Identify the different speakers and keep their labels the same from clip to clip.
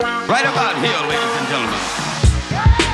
Speaker 1: Right about here, ladies and gentlemen.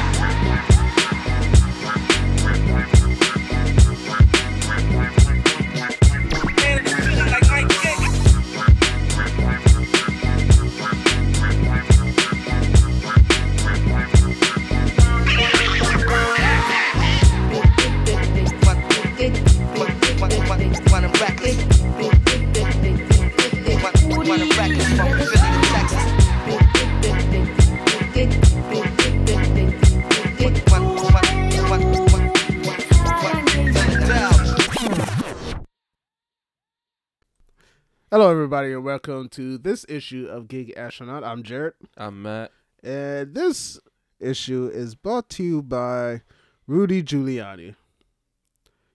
Speaker 2: Hello, everybody, and welcome to this issue of Gig Astronaut. I'm Jared,
Speaker 3: I'm Matt.
Speaker 2: and this issue is brought to you by Rudy Giuliani.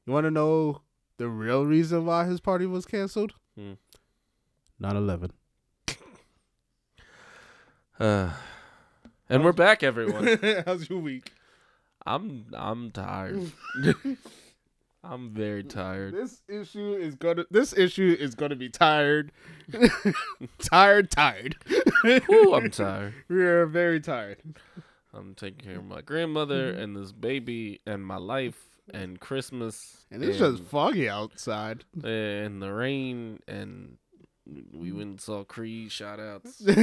Speaker 2: You want to know the real reason why his party was canceled?
Speaker 3: Hmm.
Speaker 2: 9 11.
Speaker 3: Uh, and we're back, everyone.
Speaker 2: How's your week?
Speaker 3: I'm I'm tired. I'm very tired.
Speaker 2: This issue is gonna. This issue is gonna be tired, tired, tired.
Speaker 3: Ooh, I'm tired.
Speaker 2: we are very tired.
Speaker 3: I'm taking care of my grandmother
Speaker 2: Mm-hmm.
Speaker 3: and this baby and my life and Christmas
Speaker 2: And it's just foggy outside.
Speaker 3: and the rain and we went and saw Creed shout outs. we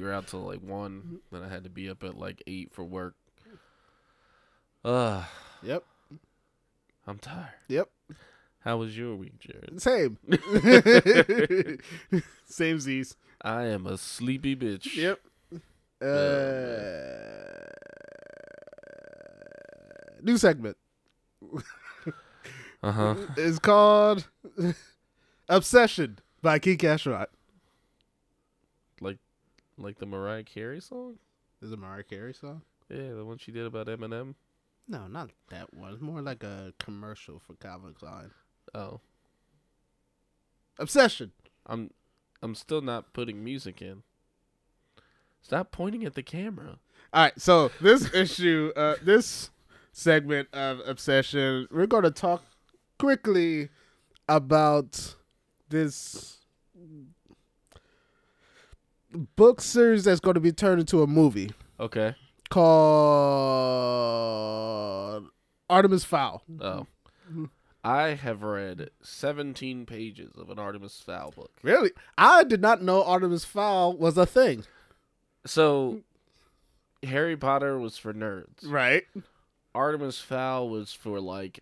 Speaker 3: were out till like one. Then I had to be up at like eight for work. Uh
Speaker 2: yep.
Speaker 3: I'm tired.
Speaker 2: Yep.
Speaker 3: How was your week, Jared?
Speaker 2: Same. Same Z's.
Speaker 3: I am a sleepy bitch.
Speaker 2: Uh, new segment.
Speaker 3: Uh huh.
Speaker 2: It's called Obsession by Keith Ashrod.
Speaker 3: Like the Mariah Carey song?
Speaker 2: Is it Mariah Carey song?
Speaker 3: Yeah, the one she did about Eminem.
Speaker 2: No, not that one. It's more like a commercial for Calvin Klein.
Speaker 3: Oh,
Speaker 2: Obsession.
Speaker 3: I'm, I'm still not putting music in. Stop pointing at the camera.
Speaker 2: All right, so this issue, uh, this segment of obsession, we're going to talk quickly about this book series that's going to be turned into a movie
Speaker 3: Okay.
Speaker 2: called Artemis Fowl.
Speaker 3: Oh, I have read 17 pages of an Artemis Fowl book.
Speaker 2: Really, I did not know Artemis Fowl was a thing.
Speaker 3: So, Harry Potter was for nerds.
Speaker 2: Right.
Speaker 3: Artemis Fowl was for like,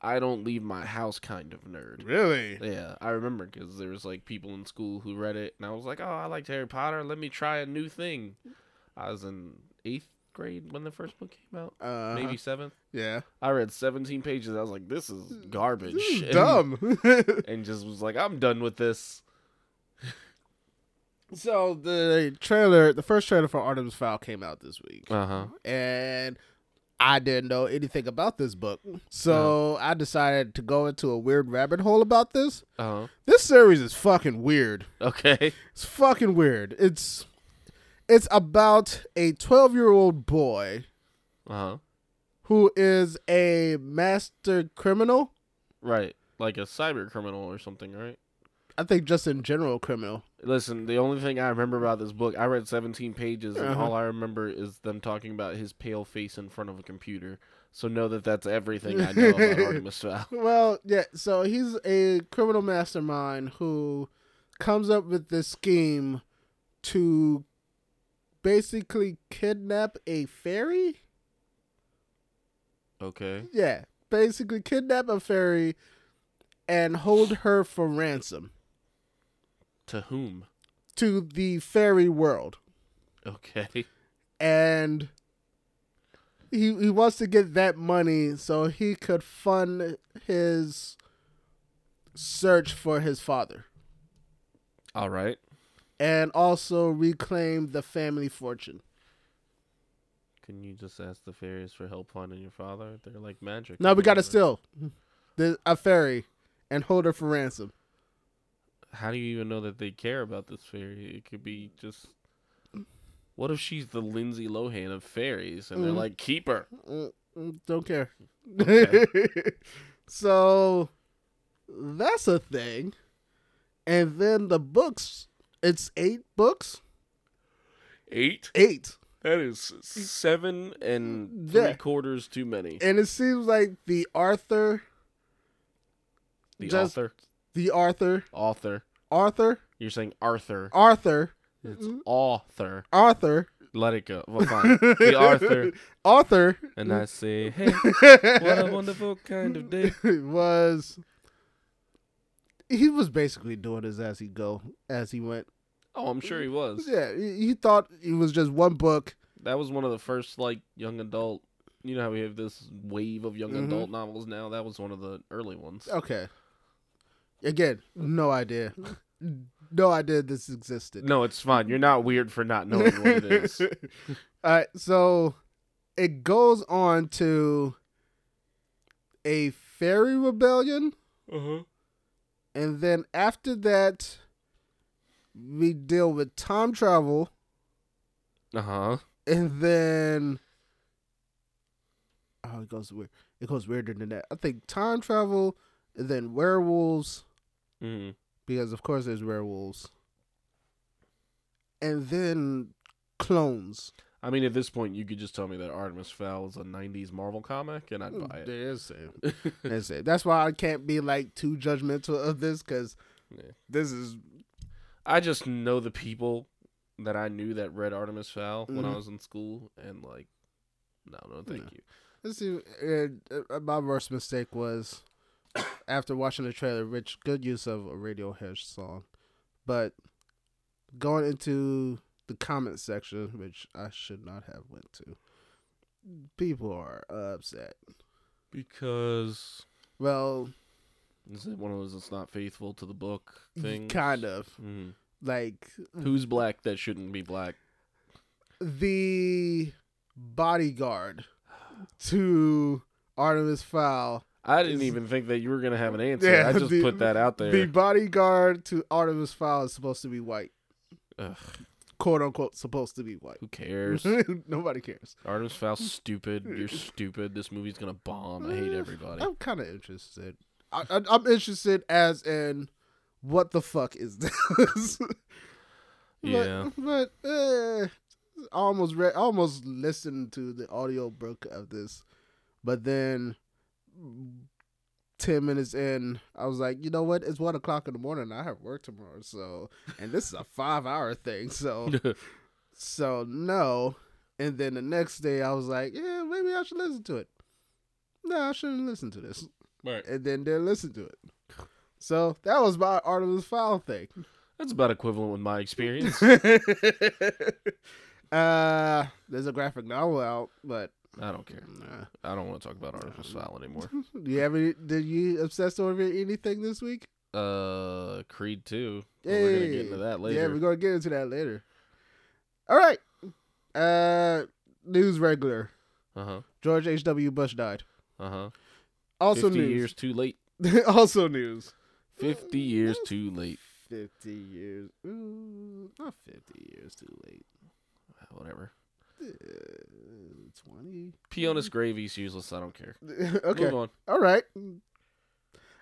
Speaker 3: I don't leave my house kind of nerd.
Speaker 2: Really.
Speaker 3: Yeah, I remember because there was like people in school who read it, and I was like, "Oh, I liked Harry Potter. Let me try a new thing." I was in eighth grade when the first book came out,
Speaker 2: Uh,
Speaker 3: maybe seventh.
Speaker 2: Yeah.
Speaker 3: I read seventeen pages. I was like, "This is garbage."
Speaker 2: This is
Speaker 3: and-
Speaker 2: dumb.
Speaker 3: And just was like, "I'm done with this."
Speaker 2: So the trailer, the first trailer for Artemis Fowl came out this week,
Speaker 3: Uh huh.
Speaker 2: and I didn't know anything about this book. So I decided to go into a weird rabbit hole about this.
Speaker 3: Uh huh.
Speaker 2: This series is fucking weird.
Speaker 3: Okay.
Speaker 2: It's fucking weird. It's it's about a 12-year-old boy
Speaker 3: Uh
Speaker 2: Uh-huh.
Speaker 3: huh.
Speaker 2: who is a master criminal.
Speaker 3: Right, like a cyber criminal or something, right?
Speaker 2: I think just in general criminal.
Speaker 3: Listen, the only thing I remember about this book, I read 17 pages, and
Speaker 2: Uh-huh.
Speaker 3: all I remember is them talking about his pale face in front of a computer. So know that that's everything I know about Artemis Fowl.
Speaker 2: Well, yeah. So he's a criminal mastermind who comes up with this scheme to basically kidnap a fairy.
Speaker 3: Okay.
Speaker 2: Yeah, basically kidnap a fairy and hold her for ransom
Speaker 3: To whom?
Speaker 2: to the fairy world.
Speaker 3: Okay.
Speaker 2: and he he wants to get that money so he could fund his search for his father
Speaker 3: All right.
Speaker 2: and also reclaim the family fortune.
Speaker 3: Can you just ask the fairies for help finding your father? They're like magic.
Speaker 2: Now
Speaker 3: or
Speaker 2: we got to
Speaker 3: whatever.
Speaker 2: steal the, a fairy and hold her for ransom.
Speaker 3: How do you even know that they care about this fairy? It could be just. What if she's the Lindsay Lohan of fairies, and they're
Speaker 2: Mhm.
Speaker 3: like, keep her.
Speaker 2: Mm, mm, Don't care.
Speaker 3: Okay.
Speaker 2: so that's a thing. And then the books, it's eight books.
Speaker 3: Eight?
Speaker 2: Eight.
Speaker 3: That is seven and
Speaker 2: Yeah.
Speaker 3: three quarters too many.
Speaker 2: And it seems like the Arthur,
Speaker 3: The
Speaker 2: Just-
Speaker 3: author.
Speaker 2: the Arthur,
Speaker 3: Author.
Speaker 2: Arthur,
Speaker 3: You're saying Arthur.
Speaker 2: Arthur,
Speaker 3: It's author.
Speaker 2: Arthur,
Speaker 3: Let it go. Well, fine. The Arthur.
Speaker 2: Arthur
Speaker 3: And I say, hey, what a wonderful kind of day.
Speaker 2: was he was basically doing this as he go as he went.
Speaker 3: Oh, I'm sure he was.
Speaker 2: Yeah, he he thought it was just one book.
Speaker 3: That was one of the first, like, young adult. You know how we have this wave of young
Speaker 2: Mhm.
Speaker 3: adult novels now? That was one of the early ones.
Speaker 2: Okay. Again, no idea. No idea this existed.
Speaker 3: No, it's fine. You're not weird for not knowing what it is.
Speaker 2: All right, so it goes on to a fairy rebellion,
Speaker 3: Uh-huh.
Speaker 2: and then after that, we deal with time travel,
Speaker 3: Uh huh.
Speaker 2: and then oh, it goes weird. It goes weirder than that. I think time travel, and then werewolves,
Speaker 3: hmm
Speaker 2: because of course there's werewolves, and then clones.
Speaker 3: I mean, at this point, you could just tell me that Artemis Fowl is a 90s Marvel comic, and I'd
Speaker 2: Oh,
Speaker 3: buy it.
Speaker 2: There's it. That's it. That's why I can't be like too judgmental of this because
Speaker 3: Yeah.
Speaker 2: this is
Speaker 3: I just know the people that I knew that read Artemis Fowl when I
Speaker 2: Mhm.
Speaker 3: was in school, and like, no, no, thank
Speaker 2: No.
Speaker 3: you.
Speaker 2: this is uh, uh, my worst mistake was after watching the trailer, which good use of a Radiohead song, but going into the comment section, which I should not have went to. People are upset.
Speaker 3: Because
Speaker 2: Well,
Speaker 3: is it one of those that's not faithful to the book thing?
Speaker 2: kind of Mm.
Speaker 3: Mhm.
Speaker 2: like
Speaker 3: Who's black that shouldn't be black?
Speaker 2: the bodyguard to Artemis Fowl
Speaker 3: I didn't
Speaker 2: Is-
Speaker 3: even think that you were gonna have an answer.
Speaker 2: Yeah,
Speaker 3: I just
Speaker 2: the-
Speaker 3: put that out there.
Speaker 2: The bodyguard to Artemis Fowl is supposed to be white.
Speaker 3: Ugh.
Speaker 2: Quote unquote, supposed to be white.
Speaker 3: Who cares?
Speaker 2: Mm-hmm. Nobody cares.
Speaker 3: Artemis Fowl, stupid. You're stupid. This movie's gonna bomb. I
Speaker 2: Mm.
Speaker 3: hate everybody.
Speaker 2: I'm kind of interested. I, I, I'm interested as in what the fuck is this? But-
Speaker 3: Yeah.
Speaker 2: But, eh, I almost read, I almost listened to the audio book of this, but then. mm, Ten minutes in, I was like, you know what? It's one o'clock in the morning. I have work tomorrow, so and this is a five-hour thing. So So no. And then the next day I was like, yeah, maybe I should listen to it. No, I shouldn't listen to this.
Speaker 3: right.
Speaker 2: And then didn't listen to it. So that was my Artemis Fowl thing.
Speaker 3: That's about equivalent with my experience.
Speaker 2: uh, there's a graphic novel out, but
Speaker 3: I don't care.
Speaker 2: nah.
Speaker 3: I don't want to talk about Artemis Fowl anymore.
Speaker 2: do you have any? Did you obsess over anything this week?
Speaker 3: Uh, Creed Two. but We're gonna
Speaker 2: Hey.
Speaker 3: get into that
Speaker 2: Yeah,
Speaker 3: later.
Speaker 2: we're gonna get into that later. All right. Uh, news regular.
Speaker 3: uh huh.
Speaker 2: George H. W. Bush died.
Speaker 3: Uh huh.
Speaker 2: Also
Speaker 3: Fifty
Speaker 2: news.
Speaker 3: years too late.
Speaker 2: also news.
Speaker 3: Fifty years too late.
Speaker 2: 50 years. Ooh, not 50 years too late.
Speaker 3: Whatever.
Speaker 2: Uh, 20.
Speaker 3: Peonis gravy's useless. I don't care. Move
Speaker 2: okay.
Speaker 3: on.
Speaker 2: All right.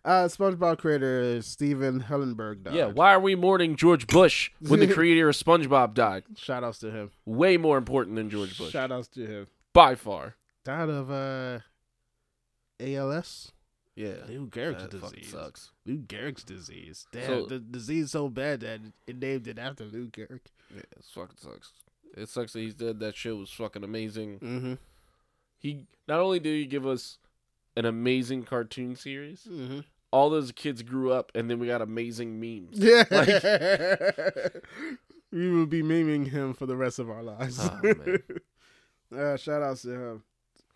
Speaker 2: Uh, SpongeBob creator Steven Hellenberg died.
Speaker 3: Yeah. Why are we mourning George Bush when the creator of SpongeBob died?
Speaker 2: Shout outs to him.
Speaker 3: Way more important than George Bush
Speaker 2: Shout outs to him.
Speaker 3: by far.
Speaker 2: Died of uh, ALS.
Speaker 3: Yeah.
Speaker 2: Lou Gehrig's
Speaker 3: That fucking
Speaker 2: disease.
Speaker 3: sucks.
Speaker 2: Lou Gehrig's disease. Damn,
Speaker 3: So-
Speaker 2: the disease so bad that it named it after Lou Gehrig.
Speaker 3: Yeah, it fucking sucks. It sucks that he's dead. That shit was fucking amazing.
Speaker 2: Mm-hmm.
Speaker 3: He not only did he give us an amazing cartoon series,
Speaker 2: Mm-hmm.
Speaker 3: all those kids grew up, and then we got amazing memes.
Speaker 2: Yeah. we will be memeing him for the rest of our lives.
Speaker 3: Oh, man.
Speaker 2: uh, shout outs to him.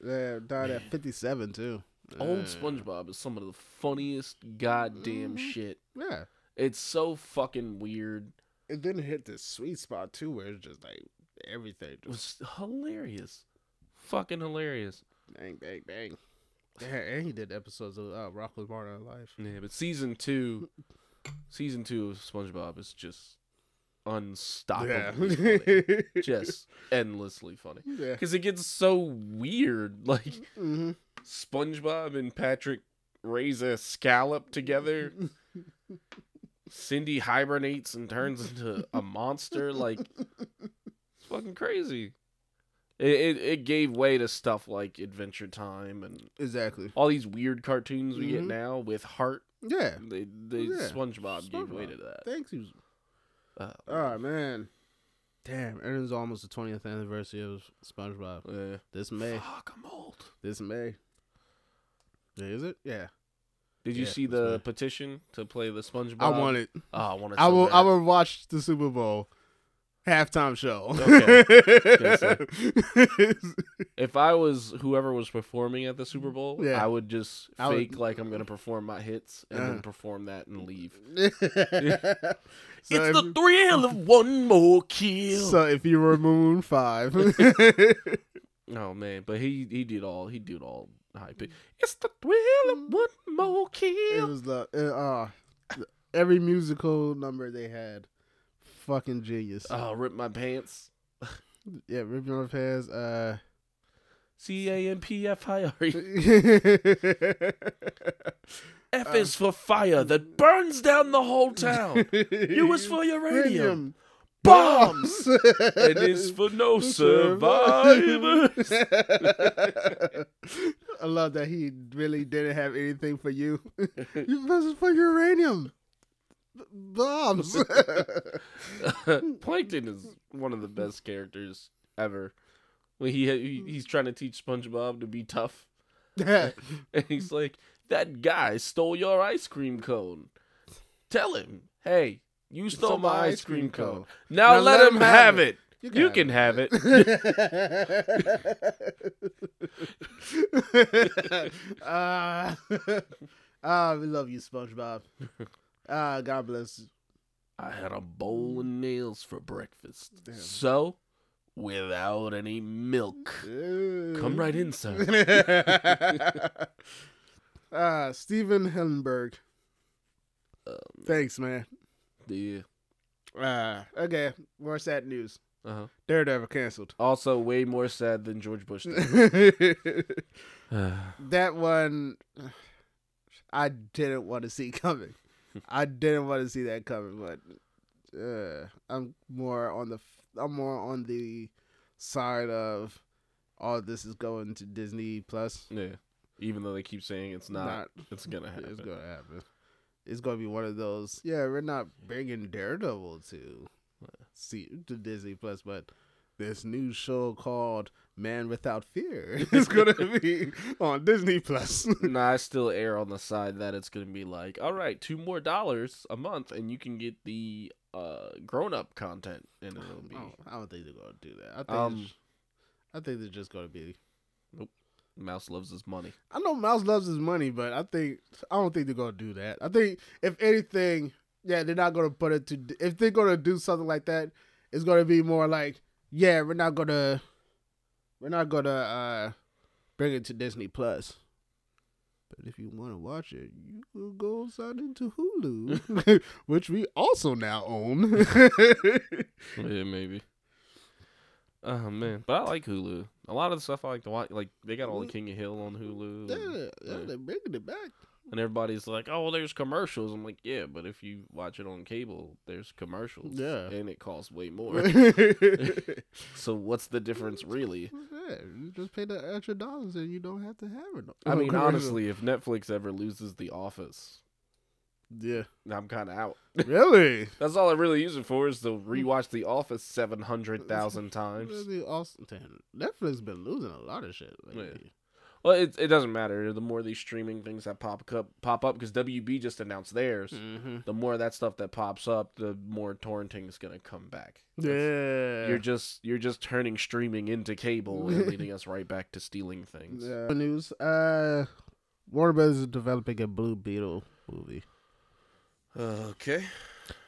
Speaker 2: Yeah, died at 57, too.
Speaker 3: Old
Speaker 2: Yeah.
Speaker 3: SpongeBob is some of the funniest goddamn
Speaker 2: Mhm.
Speaker 3: shit.
Speaker 2: Yeah.
Speaker 3: It's so fucking weird.
Speaker 2: It didn't hit this sweet spot, too, where it's just like everything
Speaker 3: It
Speaker 2: just
Speaker 3: was hilarious. Fucking hilarious.
Speaker 2: bang, bang, bang. Yeah, and he did episodes of uh, Rock with Martin Life.
Speaker 3: Yeah, but season two, season two of SpongeBob is just unstoppably funny.
Speaker 2: Yeah.
Speaker 3: just endlessly funny.
Speaker 2: yeah.
Speaker 3: Because it gets so weird. Like
Speaker 2: Mm-hmm.
Speaker 3: SpongeBob and Patrick raise a scallop together. Cindy hibernates and turns into a monster. Like It's fucking crazy. It, it it gave way to stuff like Adventure Time and
Speaker 2: Exactly.
Speaker 3: all these weird cartoons we get
Speaker 2: Mhm.
Speaker 3: now with heart.
Speaker 2: Yeah. Oh,
Speaker 3: They they
Speaker 2: Yeah.
Speaker 3: SpongeBob, gave way
Speaker 2: SpongeBob.
Speaker 3: to that.
Speaker 2: Thanks. you.
Speaker 3: Uh,
Speaker 2: All right, man. Damn, it is almost the twentieth anniversary of SpongeBob.
Speaker 3: yeah.
Speaker 2: This May.
Speaker 3: Fuck, I'm old.
Speaker 2: This May. Yeah, Is it? Yeah.
Speaker 3: Did you
Speaker 2: Yeah,
Speaker 3: see
Speaker 2: that's
Speaker 3: the
Speaker 2: right.
Speaker 3: petition to play the SpongeBob?
Speaker 2: I want it.
Speaker 3: Oh, I want it.
Speaker 2: I
Speaker 3: so
Speaker 2: will.
Speaker 3: bad.
Speaker 2: I will watch the Super Bowl halftime show.
Speaker 3: If I was whoever was performing at the Super Bowl,
Speaker 2: Mm-hmm. Yeah.
Speaker 3: I would just
Speaker 2: I would-
Speaker 3: fake like I'm gonna perform my hits and then
Speaker 2: Uh.
Speaker 3: perform that and leave.
Speaker 2: so,
Speaker 3: it's
Speaker 2: if,
Speaker 3: the thrill of one more kill.
Speaker 2: so if you were Moon Five,
Speaker 3: oh man, but he he did all he did all high pitch. It's the thrill of one more
Speaker 2: it
Speaker 3: kill.
Speaker 2: was the uh, uh, every musical number they had. Fucking genius.
Speaker 3: Oh, rip my pants.
Speaker 2: yeah, Rip Your Pants. Uh,
Speaker 3: C A M P F I R E. F
Speaker 2: Uh.
Speaker 3: is for fire that burns down the whole town. U is for uranium. Bombs. N is for no survivors.
Speaker 2: I love that he really didn't have anything for you. You must for uranium. B- Bombs.
Speaker 3: Plankton is one of the best characters ever. When he, he he's trying to teach SpongeBob to be tough, and he's like, "That guy stole your ice cream cone. Tell him, hey, you stole, my, ice cream cone. Now, let, him have it. You can, have it."
Speaker 2: Ah, ah, we love you, SpongeBob. Ah, God bless you.
Speaker 3: I had a bowl of nails for breakfast,
Speaker 2: Damn.
Speaker 3: so without any milk. Come right in, sir.
Speaker 2: Ah, Steven Hillenberg.
Speaker 3: Um,
Speaker 2: Thanks, man.
Speaker 3: yeah.
Speaker 2: Uh, okay, more sad news.
Speaker 3: Uh-huh.
Speaker 2: Daredevil canceled.
Speaker 3: Also, way more sad than George Bush. did.
Speaker 2: that
Speaker 3: Uh,
Speaker 2: one, I didn't want to see coming. I didn't want to see that coming, but uh, I'm more on the I'm more on the side of all this is going to Disney Plus.
Speaker 3: yeah. Even though they keep saying it's not. It's gonna happen.
Speaker 2: It's gonna happen. It's gonna be one of those. Yeah, we're not bringing Daredevil to see to Disney Plus, but this new show called Man Without Fear is gonna be on Disney Plus.
Speaker 3: nah, I still err on the side that it's gonna be like, all right, two more dollars a month, and you can get the uh grown up content, and it'll be
Speaker 2: Oh, I don't think they're gonna do that. I think
Speaker 3: Um,
Speaker 2: it's, I think they're just gonna be.
Speaker 3: Mouse loves his money.
Speaker 2: I know Mouse loves his money, but I think I don't think they're gonna do that. I think if anything, yeah, they're not gonna put it to. If they're gonna do something like that, it's gonna be more like, yeah, we're not gonna, we're not gonna uh bring it to Disney Plus. But if you want to watch it, you will go sign into Hulu, which we also now own.
Speaker 3: yeah, maybe. Oh man, but I like Hulu. A lot of the stuff I like to watch, like they got all the King of Hill on Hulu, and,
Speaker 2: Mm. yeah, yeah, they're bringing it back.
Speaker 3: and everybody's like, "Oh, there's commercials." I'm like, "Yeah, but if you watch it on cable, there's commercials,
Speaker 2: Yeah.
Speaker 3: and it costs way more.
Speaker 2: yeah,
Speaker 3: so what's the difference, really?"
Speaker 2: you just pay the extra dollars and you don't have to have it.
Speaker 3: I
Speaker 2: on
Speaker 3: mean,
Speaker 2: commercial.
Speaker 3: honestly, if Netflix ever loses The Office,
Speaker 2: yeah.
Speaker 3: I'm kind of out.
Speaker 2: Really?
Speaker 3: That's all I really use it for is to rewatch The Office 700,000 times.
Speaker 2: really awesome. Damn, Netflix been losing a lot of shit. lately.
Speaker 3: Well, it, it doesn't matter. The more these streaming things that pop up, pop up because WB just announced theirs,
Speaker 2: Hmm. Mm-hmm.
Speaker 3: the more of that stuff that pops up, the more torrenting is going to come back.
Speaker 2: Yeah.
Speaker 3: You're just you're just turning streaming into cable and leading us right back to stealing things.
Speaker 2: yeah. News. Uh, Warner Brothers is developing a Blue Beetle movie.
Speaker 3: Okay.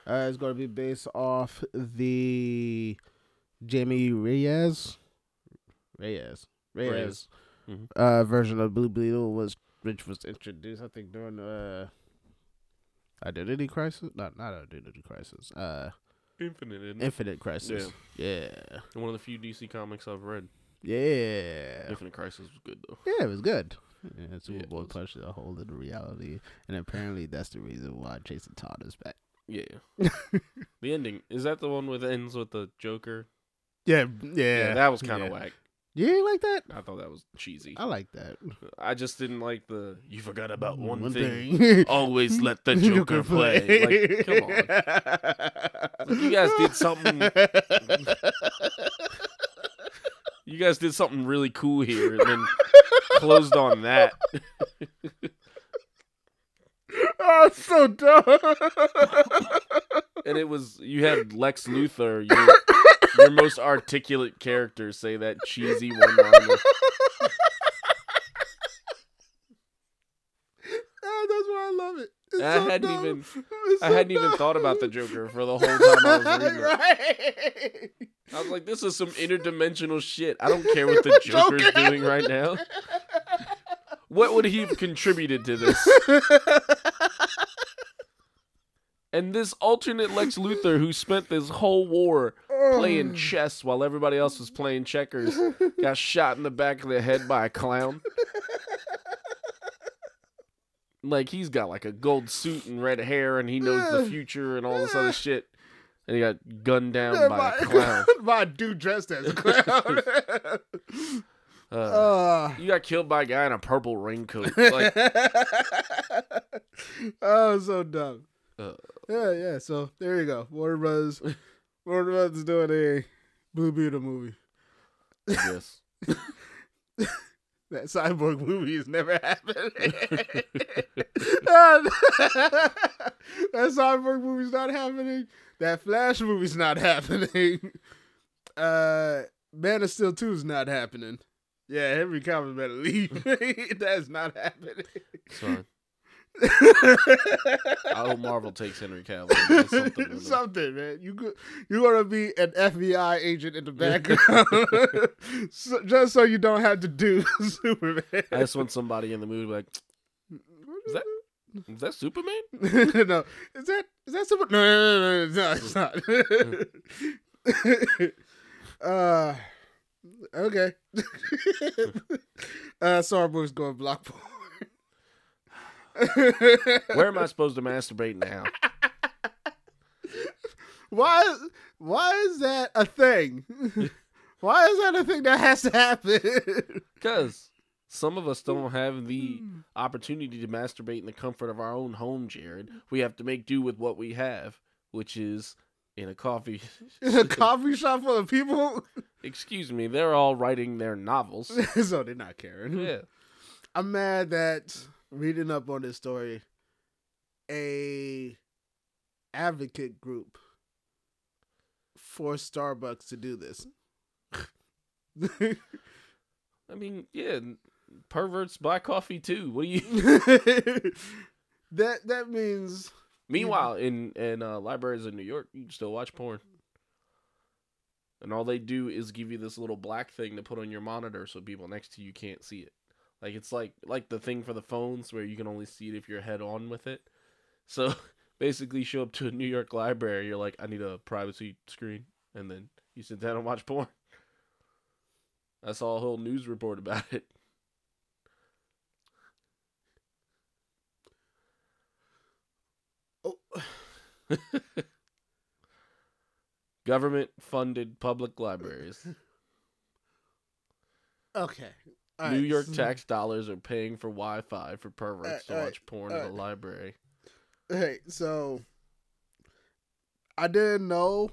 Speaker 2: Uh, it's gonna be based off the Jamie Reyes, Reyes, Reyes,
Speaker 3: Reyes. Mhm.
Speaker 2: uh, version of Blue Beetle was which was introduced, I think, during uh, Identity Crisis. Not not Identity Crisis. Uh,
Speaker 3: Infinite. isn't it?
Speaker 2: Infinite Crisis. Yeah,
Speaker 3: One of the few DC comics I've read.
Speaker 2: yeah, yeah.
Speaker 3: Infinite Crisis was good though.
Speaker 2: It was good. Yeah,
Speaker 3: Yeah,
Speaker 2: Superboy
Speaker 3: it
Speaker 2: boy
Speaker 3: was.
Speaker 2: punched a hole in reality, and apparently that's the reason why Jason Todd is back.
Speaker 3: Yeah. the ending is that the one with ends with the Joker
Speaker 2: Yeah, yeah,
Speaker 3: Yeah, that was kind of
Speaker 2: yeah.
Speaker 3: whack.
Speaker 2: You ain't like that?
Speaker 3: I thought that was cheesy.
Speaker 2: I like that.
Speaker 3: I just didn't like the you forgot about Mm, one,
Speaker 2: One
Speaker 3: thing.
Speaker 2: thing.
Speaker 3: Always let the Joker play. Like, come on. Like, you guys did something. You guys did something really cool here, and then closed on that.
Speaker 2: oh, it's so dumb.
Speaker 3: And it was you had Lex Luthor, your, your most articulate character, say that cheesy one-liner.
Speaker 2: Ah, that's why I love it. It's
Speaker 3: I
Speaker 2: so
Speaker 3: hadn't
Speaker 2: dumb.
Speaker 3: even-
Speaker 2: It's
Speaker 3: I
Speaker 2: so
Speaker 3: hadn't even thought about the
Speaker 2: dumb.
Speaker 3: Joker for the whole time I was reading it.
Speaker 2: right.
Speaker 3: I was like, this is some interdimensional shit. I don't care what the Joker's
Speaker 2: Joker.
Speaker 3: doing right now. What would he have contributed to this? And this alternate Lex Luthor who spent this whole war
Speaker 2: Oh.
Speaker 3: playing chess while everybody else was playing checkers got shot in the back of the head by a clown. Like he's got like a gold suit and red hair and he knows the future and all this other shit. And he got gunned down by a clown.
Speaker 2: by a dude dressed as a clown.
Speaker 3: Uh,
Speaker 2: uh,
Speaker 3: you got killed by a guy in a purple raincoat. Like
Speaker 2: oh, so dumb.
Speaker 3: Uh.
Speaker 2: yeah, yeah. So there you go. Warner Brothers. Warner Brothers doing a Blue Beetle movie.
Speaker 3: yes.
Speaker 2: That cyborg movie has never happened. that cyborg movie's not happening. That Flash movie's not happening. Uh, Man of Steel two is not happening. Yeah, Henry Cavill better leave. That's not happening.
Speaker 3: It's fine. I hope Marvel takes Henry Cavill. and does something with him.
Speaker 2: Something, man. You go- you're gonna be an FBI agent in the background, so, just so you don't have to do Superman.
Speaker 3: I just want somebody in the movie like, is that is that Superman?
Speaker 2: no, is that is that super? No, no, no, no, no, it's not. uh, okay. uh, sorry, boys, going block porn.
Speaker 3: Where am I supposed to masturbate now?
Speaker 2: why? Why is that a thing? why is that a thing that has to happen?
Speaker 3: Because some of us don't have the
Speaker 2: Hmm.
Speaker 3: opportunity to masturbate in the comfort of our own home, Jared. We have to make do with what we have, which is in a coffee.
Speaker 2: Is a coffee shop full of people?
Speaker 3: Excuse me, they're all writing their novels.
Speaker 2: so they're not caring.
Speaker 3: Yeah.
Speaker 2: I'm mad that reading up on this story, a advocate group forced Starbucks to do this.
Speaker 3: I mean, yeah, perverts buy coffee too. What do you?
Speaker 2: that that means
Speaker 3: Meanwhile, in in uh, libraries in New York, you can still watch porn, and all they do is give you this little black thing to put on your monitor so people next to you can't see it. Like it's like like the thing for the phones where you can only see it if you're head on with it. So basically, you show up to a New York library, you're like, I need a privacy screen, and then you sit down and watch porn. I saw a whole news report about it.
Speaker 2: oh,
Speaker 3: Government funded public libraries.
Speaker 2: okay. All
Speaker 3: New
Speaker 2: right.
Speaker 3: York tax dollars are paying for Wi-Fi for perverts
Speaker 2: Alright,
Speaker 3: to
Speaker 2: alright,
Speaker 3: watch porn at a
Speaker 2: alright.
Speaker 3: library.
Speaker 2: Hey, so I didn't know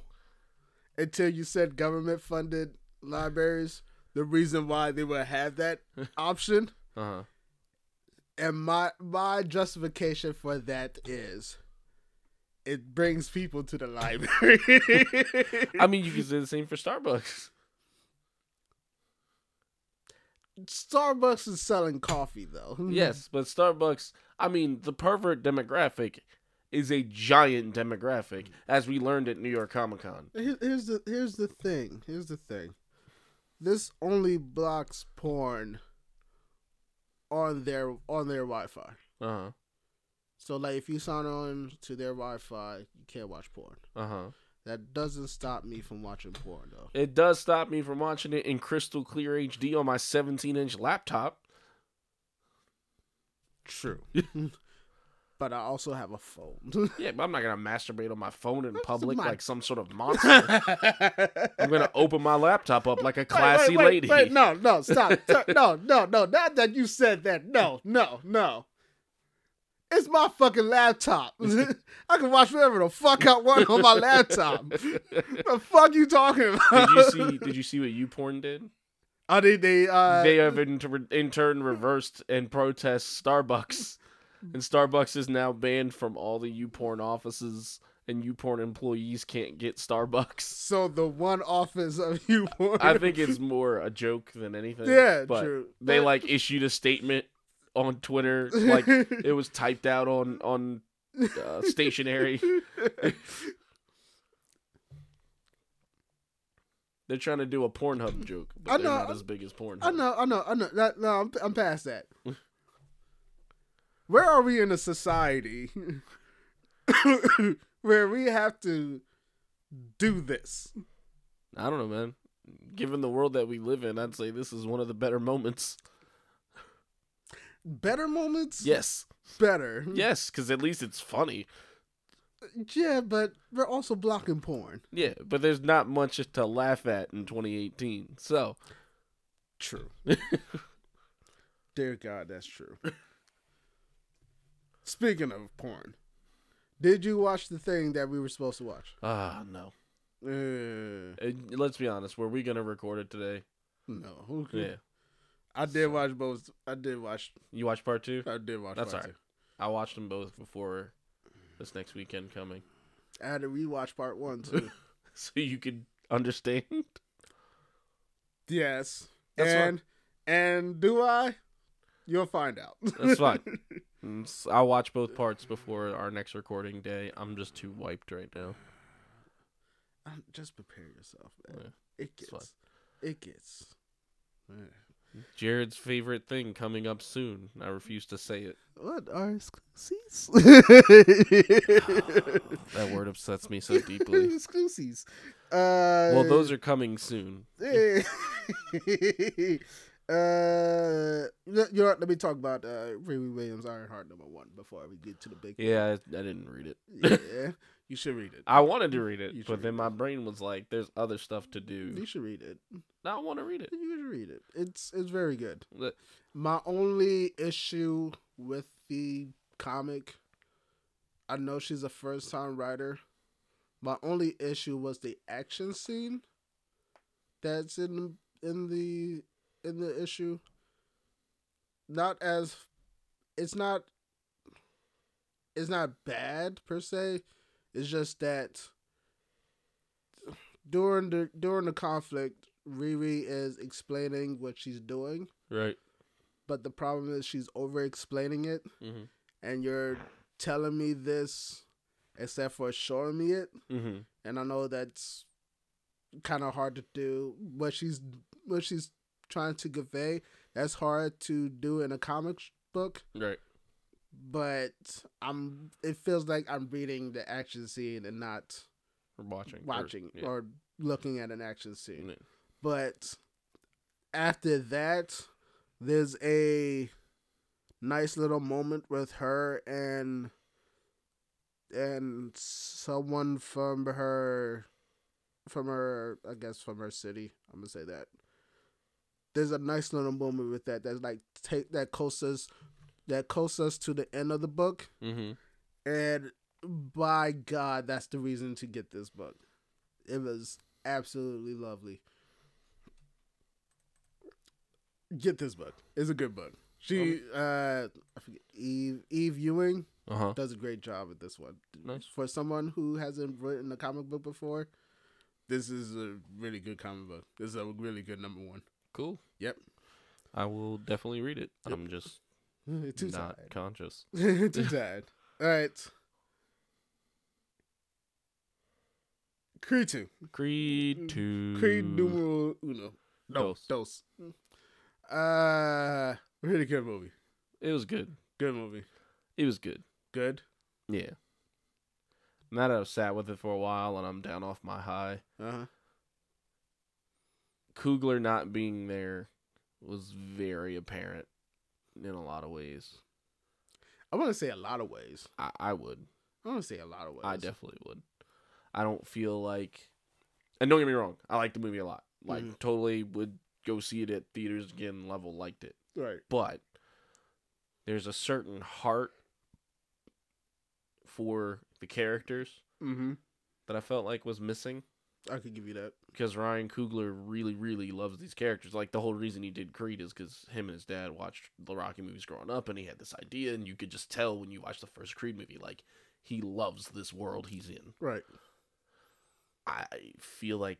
Speaker 2: until you said government funded libraries the reason why they would have that option.
Speaker 3: Uh huh.
Speaker 2: And my my justification for that is it brings people to the library.
Speaker 3: I mean, you can do the same for Starbucks.
Speaker 2: Starbucks is selling coffee though. Hmm.
Speaker 3: Yes, but Starbucks. I mean, the pervert demographic is a giant demographic,
Speaker 2: Mm-hmm.
Speaker 3: as we learned at New York Comic Con.
Speaker 2: Here- Here's the here's the thing. Here's the thing. This only blocks porn on their on their Wi-Fi.
Speaker 3: Uh huh.
Speaker 2: So like if you sign on to their Wi-Fi, you can't watch porn.
Speaker 3: Uh huh.
Speaker 2: That doesn't stop me from watching porn though.
Speaker 3: It does stop me from watching it in crystal clear HD on my 17 inch laptop.
Speaker 2: True. but but I also have a phone.
Speaker 3: Yeah, but I'm not gonna masturbate on my phone in
Speaker 2: That's
Speaker 3: public
Speaker 2: my-
Speaker 3: like some sort of monster. I'm gonna open my laptop up like a classy
Speaker 2: wait, wait,
Speaker 3: lady.
Speaker 2: Wait, no, no, stop. stop. no, no, no. Not that you said that. No, no, no. It's my fucking laptop. I can watch whatever the fuck I want on my laptop. the fuck you talking about?
Speaker 3: did you see? Did you see what YouPorn did?
Speaker 2: I think they uh
Speaker 3: they have in, tur- in turn reversed and protest Starbucks, and Starbucks is now banned from all the YouPorn offices, and YouPorn employees can't get Starbucks.
Speaker 2: so the one office of you.
Speaker 3: I think it's more a joke than anything.
Speaker 2: Yeah,
Speaker 3: but
Speaker 2: true.
Speaker 3: They
Speaker 2: But-
Speaker 3: like issued a statement on Twitter, like it was typed out on on uh, stationery. They're trying to do a Pornhub joke, but
Speaker 2: I
Speaker 3: they're
Speaker 2: know,
Speaker 3: not
Speaker 2: I-
Speaker 3: as big as Pornhub.
Speaker 2: I know, I know, I know. That, no, I'm, I'm past that. Where are we in a society where we have to do this?
Speaker 3: I don't know, man. Given the world that we live in, I'd say this is one of the better moments.
Speaker 2: Better moments?
Speaker 3: Yes,
Speaker 2: Better.
Speaker 3: yes, because at least it's funny.
Speaker 2: Yeah, but we're also blocking porn.
Speaker 3: Yeah, but there's not much to laugh at in 2018. So
Speaker 2: True. Dear God, that's true. Speaking of porn, did you watch the thing that we were supposed to watch?
Speaker 3: ah, no.
Speaker 2: Uh,
Speaker 3: Uh, let's be honest. Were we gonna record it today?
Speaker 2: no. Who could-
Speaker 3: Yeah.
Speaker 2: I did watch both. I did watch.
Speaker 3: You watched part two.
Speaker 2: I did watch.
Speaker 3: That's
Speaker 2: part
Speaker 3: all right. I watched them both before this next weekend coming,
Speaker 2: two. I had to rewatch part one too.
Speaker 3: so you could understand.
Speaker 2: yes.
Speaker 3: That's fine.
Speaker 2: and and do I? You'll find out.
Speaker 3: That's fine. Mm, s- I'll watch both parts before our next recording day. I'm just too wiped right now.
Speaker 2: Um, just prepare yourself. Man.
Speaker 3: Yeah,
Speaker 2: it
Speaker 3: it's
Speaker 2: gets.
Speaker 3: fine.
Speaker 2: It gets. Yeah.
Speaker 3: Jared's favorite thing coming up soon. I refuse to say it.
Speaker 2: What are exclusives?
Speaker 3: That word upsets me so deeply.
Speaker 2: exclusives. Uh,
Speaker 3: Well, those are coming soon.
Speaker 2: eh. uh, let- you know what, let me talk about uh, Riri Williams Ironheart number one before we get to the big.
Speaker 3: Yeah, I, I didn't read it.
Speaker 2: yeah, you should read it.
Speaker 3: I wanted to read it,
Speaker 2: You should
Speaker 3: but then
Speaker 2: read
Speaker 3: my brain was like, "There's other stuff to do."
Speaker 2: You should read it.
Speaker 3: I want to read it.
Speaker 2: You should read it. It's it's very good.
Speaker 3: Look,
Speaker 2: My only issue with the comic, I know she's a first time writer. My only issue was the action scene that's in in the in the issue. Not as it's not it's not bad per se. It's just that during the during the conflict, Riri is explaining what she's doing
Speaker 3: Right.
Speaker 2: but the problem is she's over explaining it
Speaker 3: Mhm.
Speaker 2: and you're telling me this except for showing me it
Speaker 3: Mm-hmm.
Speaker 2: and i know that's kind of hard to do what she's what she's trying to convey that's hard to do in a comic sh- book
Speaker 3: Right.
Speaker 2: but i'm it feels like i'm reading the action scene and not
Speaker 3: We're watching. or-
Speaker 2: watching
Speaker 3: yeah.
Speaker 2: or looking at an action scene
Speaker 3: Yeah.
Speaker 2: but after that there's a nice little moment with her and and someone from her from her i guess from her city i'm gonna say that there's a nice little moment with that that's like take that coasts us that coasts us to the end of the book
Speaker 3: Mhm.
Speaker 2: and by God, that's the reason to get this book. It was absolutely lovely. Get this book. It's a good book. She, uh, I forget, Eve, Eve Ewing
Speaker 3: Uh huh.
Speaker 2: does a great job with this one.
Speaker 3: Nice.
Speaker 2: For someone who hasn't written a comic book before, this is a really good comic book. This is a really good number one.
Speaker 3: Cool.
Speaker 2: Yep.
Speaker 3: I will definitely read it. I'm just
Speaker 2: Too
Speaker 3: not
Speaker 2: tired.
Speaker 3: conscious.
Speaker 2: Too tired. All right. Creed 2.
Speaker 3: Creed two.
Speaker 2: Mm-hmm. Creed numero uno. No,
Speaker 3: Dos.
Speaker 2: dos. Uh, really good movie.
Speaker 3: It was good.
Speaker 2: Good movie.
Speaker 3: It was good.
Speaker 2: Good.
Speaker 3: Yeah. Now that I've sat with it for a while and I'm down off my high,
Speaker 2: Uh huh.
Speaker 3: Kugler not being there was very apparent in a lot of ways.
Speaker 2: I want to say a lot of ways.
Speaker 3: I, I would.
Speaker 2: I want to say a lot of ways.
Speaker 3: I definitely would. I don't feel like, and don't get me wrong, I like the movie a lot. Like,
Speaker 2: Mhm.
Speaker 3: totally would go see it at theaters again. Level liked it,
Speaker 2: right.
Speaker 3: but there's a certain heart for the characters
Speaker 2: Mm-hmm.
Speaker 3: that I felt like was missing
Speaker 2: I could give you that.
Speaker 3: because Ryan Coogler really, really loves these characters. Like the whole reason he did Creed is because him and his dad watched the Rocky movies growing up, and he had this idea, and you could just tell when you watch the first Creed movie, like he loves this world he's in.
Speaker 2: Right.
Speaker 3: I feel like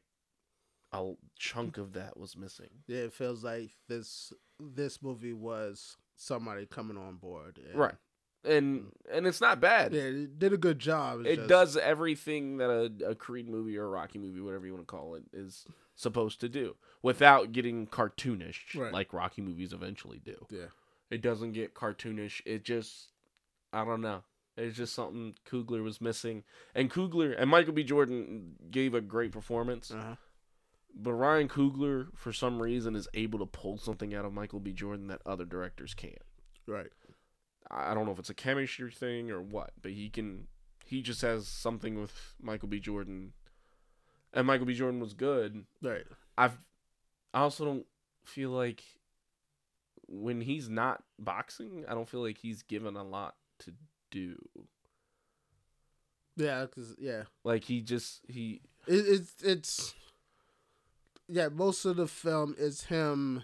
Speaker 3: a chunk of that was missing.
Speaker 2: Yeah, it feels like this this movie was somebody coming on board. and-
Speaker 3: Right. And and it's not bad.
Speaker 2: Yeah, it did a good job. It's
Speaker 3: it
Speaker 2: just-
Speaker 3: does everything that a, a Creed movie or a Rocky movie, whatever you want to call it, is supposed to do without getting cartoonish
Speaker 2: Right.
Speaker 3: like Rocky movies eventually do.
Speaker 2: Yeah.
Speaker 3: It doesn't get cartoonish. It just I don't know. It's just something Kugler was missing. And Kugler and Michael B. Jordan gave a great performance.
Speaker 2: Uh-huh.
Speaker 3: But Ryan Coogler, for some reason, is able to pull something out of Michael B. Jordan that other directors can't.
Speaker 2: Right.
Speaker 3: I I don't know if it's a chemistry thing or what, but he can. He just has something with Michael B. Jordan, and Michael B. Jordan was good.
Speaker 2: Right.
Speaker 3: I've. I also don't feel like when he's not boxing, I don't feel like he's given a lot to do.
Speaker 2: Yeah. Cause yeah,
Speaker 3: Like he just he
Speaker 2: it, it's it's yeah. Most of the film is him.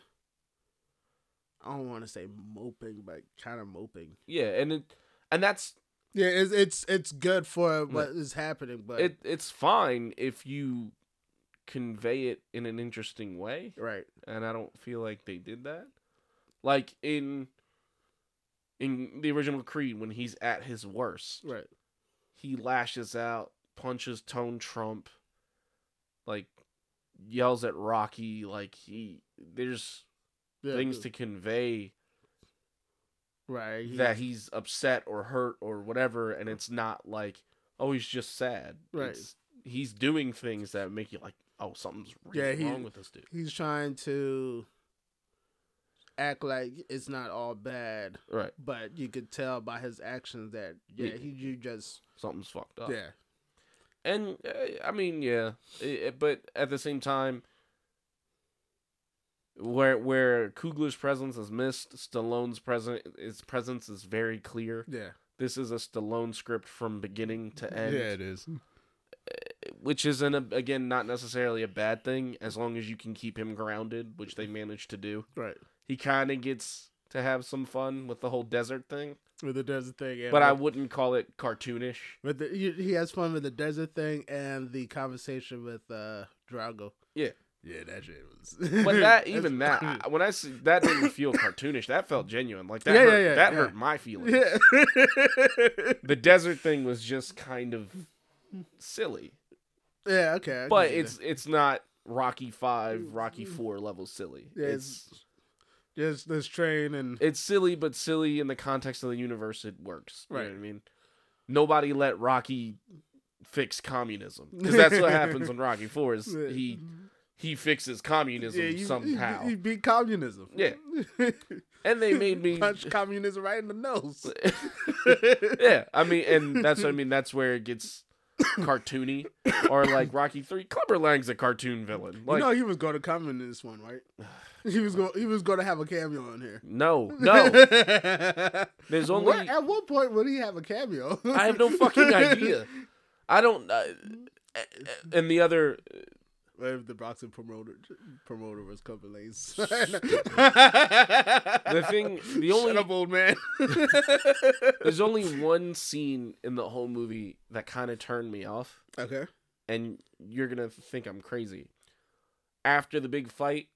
Speaker 2: I don't want to say moping, but kind of moping.
Speaker 3: yeah, and it and that's
Speaker 2: Yeah, it's it's it's good for what is happening, but
Speaker 3: it. It's fine if you convey it in an interesting way.
Speaker 2: right.
Speaker 3: and I don't feel like they did that. Like in in the original Creed, when he's at his worst,
Speaker 2: Right.
Speaker 3: he lashes out, punches Tone Trump, like yells at Rocky. Like he, there's
Speaker 2: Yeah,
Speaker 3: things to convey
Speaker 2: right. he-
Speaker 3: that he's upset or hurt or whatever, and it's not like oh he's just sad.
Speaker 2: Right.
Speaker 3: It's- he's doing things that make you like oh something's
Speaker 2: Yeah,
Speaker 3: really
Speaker 2: he-
Speaker 3: wrong with this dude.
Speaker 2: he's trying to act like it's not all bad,
Speaker 3: Right.
Speaker 2: but you could tell by his actions that yeah,
Speaker 3: Yeah.
Speaker 2: he you just uh,
Speaker 3: Something's fucked up.
Speaker 2: yeah
Speaker 3: And uh, I mean, yeah, i- i- but at the same time, where where Kugler's presence is missed, Stallone's present his presence is very clear.
Speaker 2: yeah
Speaker 3: This is a Stallone script from beginning to end,
Speaker 2: is
Speaker 3: which isn't a, again not necessarily a bad thing as long as you can keep him grounded, which they managed to do.
Speaker 2: right.
Speaker 3: He kind of gets to have some fun with the whole desert thing,
Speaker 2: With the desert thing, and
Speaker 3: but I
Speaker 2: with-
Speaker 3: wouldn't call it cartoonish.
Speaker 2: with the, he, he has fun with the desert thing and the conversation with uh Drago.
Speaker 3: Yeah.
Speaker 2: yeah, that shit was.
Speaker 3: But that
Speaker 2: That's-
Speaker 3: even that I- when I see that didn't feel cartoonish. That felt genuine. Like that
Speaker 2: Yeah, yeah,
Speaker 3: hurt,
Speaker 2: yeah,
Speaker 3: that
Speaker 2: yeah.
Speaker 3: hurt my feelings.
Speaker 2: yeah,
Speaker 3: The desert thing was just kind of silly.
Speaker 2: yeah, okay. I
Speaker 3: But
Speaker 2: get you
Speaker 3: it's it's not Rocky 5, Rocky 4 level silly.
Speaker 2: mm. Yeah,
Speaker 3: it's,
Speaker 2: it's- there. there's this train and
Speaker 3: it's silly but silly in the context of the universe it works. You know
Speaker 2: Right.
Speaker 3: what I mean? Nobody let Rocky fix communism cuz that's what happens in Rocky 4 is he he fixes communism
Speaker 2: Yeah, you-
Speaker 3: somehow.
Speaker 2: you, you beat communism.
Speaker 3: Yeah. and they made me
Speaker 2: punch communism right in the nose.
Speaker 3: yeah, I mean, and that's what I mean. That's where it gets cartoony, or like Rocky Three. Clubber Lang's a cartoon villain.
Speaker 2: you
Speaker 3: Like
Speaker 2: know he was going to come in this one, right? He was going. He was going to have a cameo in here.
Speaker 3: no, no. There's only
Speaker 2: What- at what point would he have a cameo?
Speaker 3: I have no fucking idea. I don't. Uh, and the other,
Speaker 2: What if the boxing promoter promoter was coming late?
Speaker 3: the
Speaker 2: the
Speaker 3: thing, the only,
Speaker 2: Shut up, old man.
Speaker 3: there's only one scene in the whole movie that kind of turned me off,
Speaker 2: okay.
Speaker 3: and you're gonna think I'm crazy. After the big fight.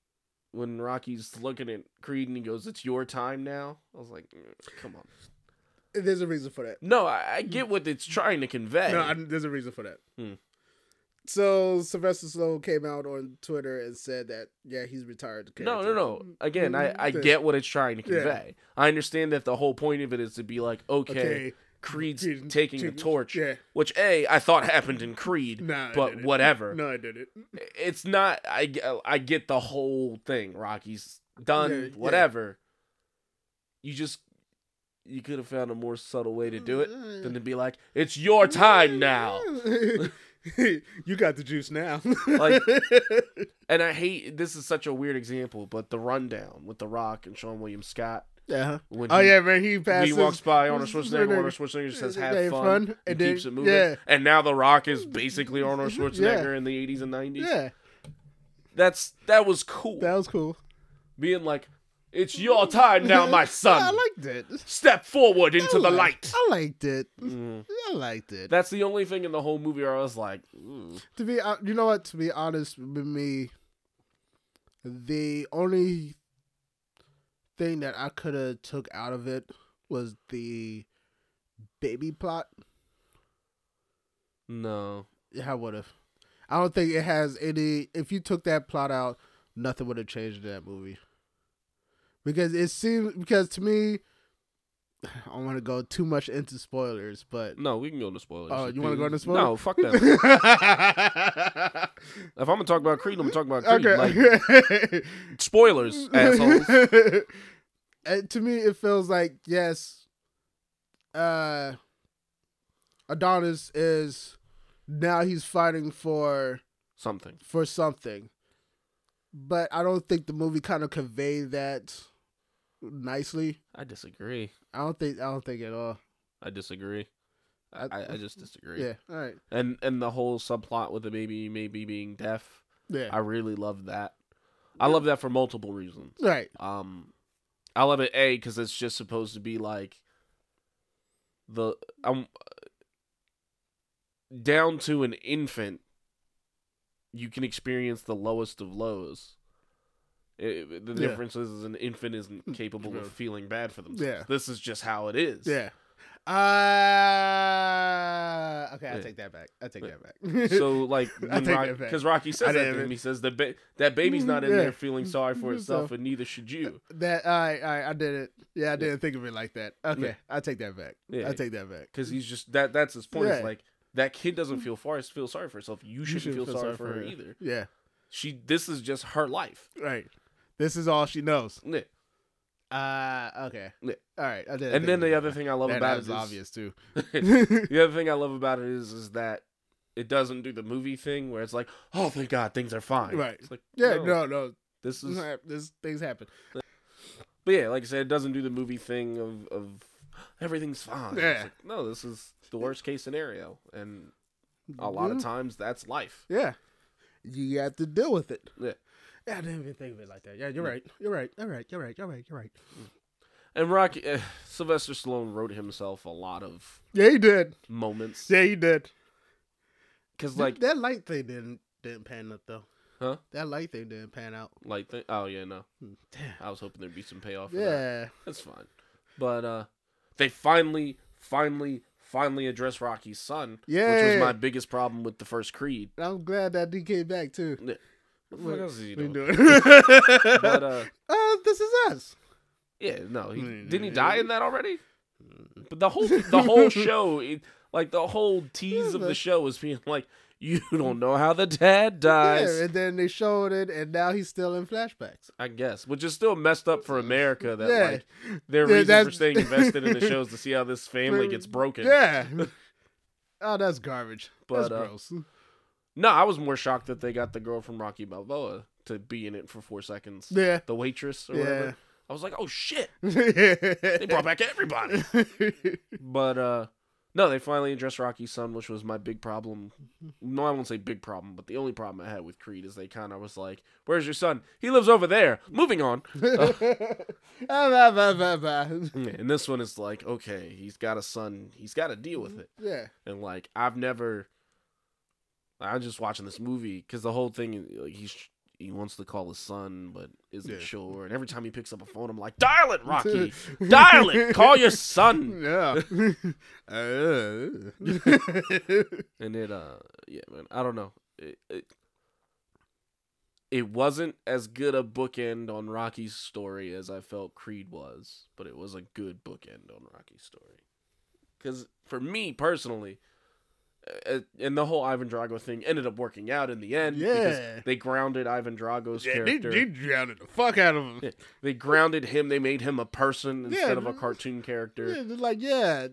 Speaker 3: When Rocky's looking at Creed and he goes, "It's your time now," I was like, "Mm, "Come on."
Speaker 2: There's a reason for that.
Speaker 3: No, I, I get what it's trying to convey.
Speaker 2: No, I, there's a reason for that.
Speaker 3: Hmm.
Speaker 2: So Sylvester Stallone came out on Twitter and said that yeah he's retired.
Speaker 3: no, no, no. Again, I, I
Speaker 2: Mm,
Speaker 3: get what it's trying to
Speaker 2: Yeah.
Speaker 3: convey. I understand that the whole point of it is to be like, okay,
Speaker 2: Okay.
Speaker 3: Creed's
Speaker 2: Creed-
Speaker 3: taking the
Speaker 2: Creed-
Speaker 3: torch,
Speaker 2: yeah.
Speaker 3: which A, I thought happened in Creed,
Speaker 2: Nah, it
Speaker 3: but
Speaker 2: didn't.
Speaker 3: whatever.
Speaker 2: No, I didn't.
Speaker 3: It's not, I, g- uh, I get the whole thing. Rocky's done,
Speaker 2: Yeah, yeah.
Speaker 3: whatever. You just, you could have found a more subtle way to do it
Speaker 2: Yeah.
Speaker 3: than to be like, "It's your time now."
Speaker 2: you got the juice now.
Speaker 3: Like- And I hate this is such a weird example, but the rundown with The Rock and Sean William Scott
Speaker 2: yeah.
Speaker 3: when
Speaker 2: Oh
Speaker 3: he,
Speaker 2: yeah, man. He passes.
Speaker 3: he walks by Arnold Schwarzenegger,
Speaker 2: Schwarzenegger.
Speaker 3: Arnold Schwarzenegger just says, "Have
Speaker 2: Have
Speaker 3: fun,",
Speaker 2: fun,
Speaker 3: and
Speaker 2: and then-
Speaker 3: keeps it moving.
Speaker 2: yeah.
Speaker 3: And now The Rock is basically Arnold
Speaker 2: Yeah.
Speaker 3: Schwarzenegger in the '80s and '90s.
Speaker 2: Yeah,
Speaker 3: That's that was cool.
Speaker 2: that was cool.
Speaker 3: Being like, "It's your time now, my
Speaker 2: I
Speaker 3: son.
Speaker 2: liked it.
Speaker 3: Step forward into
Speaker 2: I
Speaker 3: the
Speaker 2: liked-
Speaker 3: light."
Speaker 2: I liked it.
Speaker 3: Mm.
Speaker 2: I liked it.
Speaker 3: That's the only thing in the whole movie where I was like, "Ooh."
Speaker 2: To be, hon- you know what? To be honest with me, the only thing that I could have took out of it was the baby plot.
Speaker 3: "No."
Speaker 2: I would have. I don't think it has any. If you took that plot out, nothing would have changed in that movie. Because it seems. Because to me, I don't want to go too much into spoilers, but
Speaker 3: No, we can go into spoilers.
Speaker 2: Oh, you wanna go into spoilers?
Speaker 3: No, fuck that.
Speaker 2: okay.
Speaker 3: if I'm gonna talk about Creed, I'm gonna talk about Creed. Like,
Speaker 2: okay.
Speaker 3: spoilers, assholes.
Speaker 2: And to me, it feels like yes, uh, Adonis is now he's fighting for
Speaker 3: Something.
Speaker 2: for something, but I don't think the movie kind of conveyed that nicely.
Speaker 3: I disagree.
Speaker 2: I don't think I don't think at all.
Speaker 3: I disagree. I,
Speaker 2: I-
Speaker 3: I, I just disagree.
Speaker 2: Yeah, all right.
Speaker 3: And and the whole subplot with the baby maybe being deaf,
Speaker 2: Yeah,
Speaker 3: I really love that. I love that for multiple reasons.
Speaker 2: right.
Speaker 3: Um, I love it a because it's just supposed to be like the um down to an infant. You can experience the lowest of lows. It- it- the
Speaker 2: Yeah. Mm,
Speaker 3: difference is, is an infant isn't capable of feeling bad for themselves.
Speaker 2: Yeah.
Speaker 3: This is just how it is.
Speaker 2: Yeah. Uh, okay, I
Speaker 3: Yeah.
Speaker 2: take that back. I take
Speaker 3: Yeah.
Speaker 2: that back.
Speaker 3: So like
Speaker 2: I
Speaker 3: when
Speaker 2: take
Speaker 3: Rocky,
Speaker 2: that back.
Speaker 3: because Rocky
Speaker 2: I
Speaker 3: says that
Speaker 2: didn't Mm,
Speaker 3: to him, he says that ba- that baby's not in
Speaker 2: Yeah. Mm-hmm.
Speaker 3: there feeling sorry for itself,
Speaker 2: So-
Speaker 3: and neither should you.
Speaker 2: that I I I did it. Yeah, I didn't think of it like that. Okay, I take that back.
Speaker 3: Yeah.
Speaker 2: I take that back.
Speaker 3: Because he's just that. That's his point. It's
Speaker 2: Yeah.
Speaker 3: like that kid doesn't feel far feel sorry for herself. You shouldn't
Speaker 2: shouldn't
Speaker 3: feel, sorry, for her either.
Speaker 2: Yeah,
Speaker 3: She. This is just her life.
Speaker 2: right. This is all she knows.
Speaker 3: Yeah.
Speaker 2: Uh, okay.
Speaker 3: Yeah.
Speaker 2: All right. I did.
Speaker 3: And then the other thing I love
Speaker 2: that,
Speaker 3: about
Speaker 2: that
Speaker 3: it is
Speaker 2: was obvious too.
Speaker 3: the other thing I love about it is is that it doesn't do the movie thing where it's like, oh thank God things are fine.
Speaker 2: Right.
Speaker 3: It's like
Speaker 2: Yeah, no, no.
Speaker 3: This
Speaker 2: this,
Speaker 3: is
Speaker 2: hap- this things happen.
Speaker 3: But yeah, like I said, it doesn't do the movie thing of of everything's fine. It's
Speaker 2: Yeah.
Speaker 3: like, no, this is the worst case scenario, and a lot of
Speaker 2: Mhm.
Speaker 3: times that's life.
Speaker 2: Yeah, you have to deal with it.
Speaker 3: Yeah.
Speaker 2: Yeah, I didn't even think of it like that. Yeah, you're right. You're right. All right. You're right. You're right. You're right.
Speaker 3: And Rocky, eh, Sylvester Stallone wrote himself a lot of
Speaker 2: Yeah, he did.
Speaker 3: moments
Speaker 2: Yeah, he did.
Speaker 3: because
Speaker 2: Like
Speaker 3: like
Speaker 2: that light thing didn't didn't pan out though.
Speaker 3: Huh?
Speaker 2: That light thing didn't pan out. Hmm.
Speaker 3: like thi- oh yeah no,
Speaker 2: Damn.
Speaker 3: I was hoping there'd be some payoff. For that.
Speaker 2: Yeah.
Speaker 3: that's fine. But uh, they finally, finally, finally address Rocky's son, which
Speaker 2: Yeah.
Speaker 3: was my biggest problem with the first Creed.
Speaker 2: I'm glad that D came back too.
Speaker 3: What the fuck else is he doing?
Speaker 2: doing? but,
Speaker 3: But uh,
Speaker 2: uh, this is us.
Speaker 3: yeah, no, he,
Speaker 2: Mm.
Speaker 3: didn't he die in that already? But the whole the whole show, it, like the whole tease of the
Speaker 2: but-
Speaker 3: show, is being like, you don't know how the dad dies.
Speaker 2: Yeah, and then they showed it, and now he's still in flashbacks.
Speaker 3: I guess, which is still messed up for America that
Speaker 2: uh, Yeah.
Speaker 3: like their
Speaker 2: Yeah,
Speaker 3: reason for
Speaker 2: that's-
Speaker 3: staying invested in the shows to see how this family gets broken.
Speaker 2: Yeah. oh, that's garbage.
Speaker 3: But,
Speaker 2: that's
Speaker 3: uh,
Speaker 2: gross.
Speaker 3: No, I was more shocked that they got the girl from Rocky Balboa to be in it for four seconds.
Speaker 2: Yeah.
Speaker 3: The waitress or
Speaker 2: Yeah.
Speaker 3: whatever. I was like, oh shit,
Speaker 2: they
Speaker 3: they brought back everybody. but uh no, they finally addressed Rocky's son, which was my big problem. No, I won't say big problem, but the only problem I had with Creed is they kind of was like, "Where's your son? He lives over there." Moving on. And this one is like, okay, he's got a son. He's got to deal with it.
Speaker 2: Yeah.
Speaker 3: and like I've never. I'm just watching this movie because the whole thing, like he's he wants to call his son but isn't
Speaker 2: Yeah.
Speaker 3: sure, and every time he picks up a phone, I'm like, dial it, Rocky, dial it, call your son,
Speaker 2: Yeah. Uh.
Speaker 3: and it, uh, yeah, man, I don't know, it, it, it wasn't as good a bookend on Rocky's story as I felt Creed was, but it was a good bookend on Rocky's story, because for me personally, uh, and the whole Ivan Drago thing ended up working out in the end. because
Speaker 2: Yeah.
Speaker 3: they grounded Ivan Drago's
Speaker 2: Yeah, they,
Speaker 3: character.
Speaker 2: they drowned the fuck out of him.
Speaker 3: Yeah, They grounded him. They made him a person
Speaker 2: Yeah,
Speaker 3: instead of a
Speaker 2: dude.
Speaker 3: cartoon character.
Speaker 2: Yeah, they're like, yeah,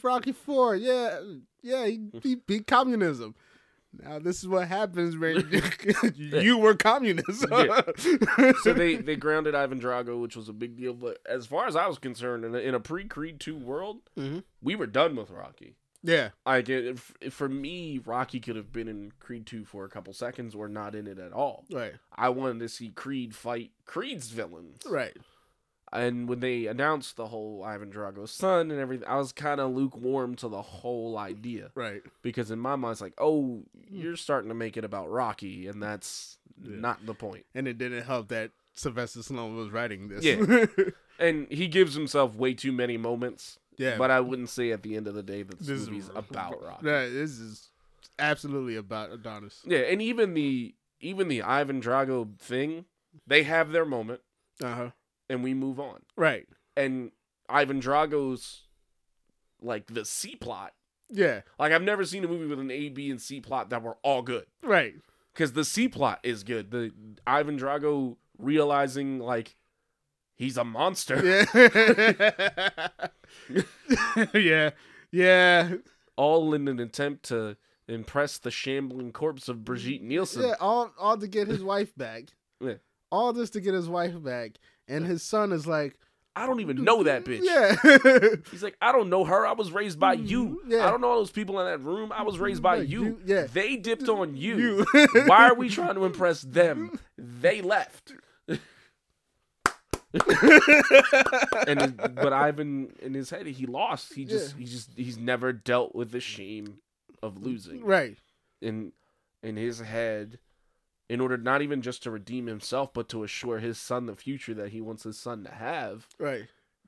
Speaker 2: Rocky Four, yeah, yeah, he, he beat communism. Now this is what happens, when you you were communist.
Speaker 3: Yeah. So they, they grounded Ivan Drago, which was a big deal. But as far as I was concerned, in a, in a pre Creed two world,
Speaker 2: Mhm.
Speaker 3: we were done with Rocky.
Speaker 2: yeah,
Speaker 3: I get if- if for me, Rocky could have been in Creed two for a couple seconds or not in it at all.
Speaker 2: right,
Speaker 3: I wanted to see Creed fight Creed's villains.
Speaker 2: right.
Speaker 3: And when they announced the whole Ivan Drago's son and everything, I was kind of lukewarm to the whole idea.
Speaker 2: Right.
Speaker 3: because in my mind it's like oh you're starting to make it about rocky and that's
Speaker 2: Yeah.
Speaker 3: not the point
Speaker 2: And it didn't help that Sylvester Stallone was writing this.
Speaker 3: Yeah. and he gives himself way too many moments
Speaker 2: yeah.
Speaker 3: but i wouldn't say at the end of the day that this,
Speaker 2: This is-
Speaker 3: movie's about rocky
Speaker 2: Right, this is absolutely about Adonis.
Speaker 3: yeah and even the even the ivan drago thing they have their moment
Speaker 2: Uh
Speaker 3: Uh-huh.
Speaker 2: huh.
Speaker 3: and we move on
Speaker 2: Right.
Speaker 3: and ivan drago's like the c plot
Speaker 2: Yeah.
Speaker 3: like i've never seen a movie with an a b and c plot that were all good
Speaker 2: Right.
Speaker 3: because the C plot is good. The Ivan Drago realizing like he's a monster.
Speaker 2: Yeah. yeah. Yeah.
Speaker 3: All in an attempt to impress the shambling corpse of Brigitte Nielsen.
Speaker 2: Yeah, all all to get his wife back.
Speaker 3: Yeah.
Speaker 2: All this to get his wife back, and his son is like,
Speaker 3: I don't even know that bitch.
Speaker 2: Yeah,
Speaker 3: He's like, I don't know her. I was raised by you.
Speaker 2: Mm-hmm. Yeah.
Speaker 3: I don't know all those people in that room. I was raised by
Speaker 2: Right,
Speaker 3: you.
Speaker 2: you- yeah.
Speaker 3: They dipped on you.
Speaker 2: You.
Speaker 3: Why are we trying to impress them? They left. and it- but Ivan in his head he lost. He just
Speaker 2: Yeah.
Speaker 3: he just he's never dealt with the shame of losing.
Speaker 2: right,
Speaker 3: In in his head in order not even just to redeem himself but to assure his son the future that he wants his son to have,
Speaker 2: right.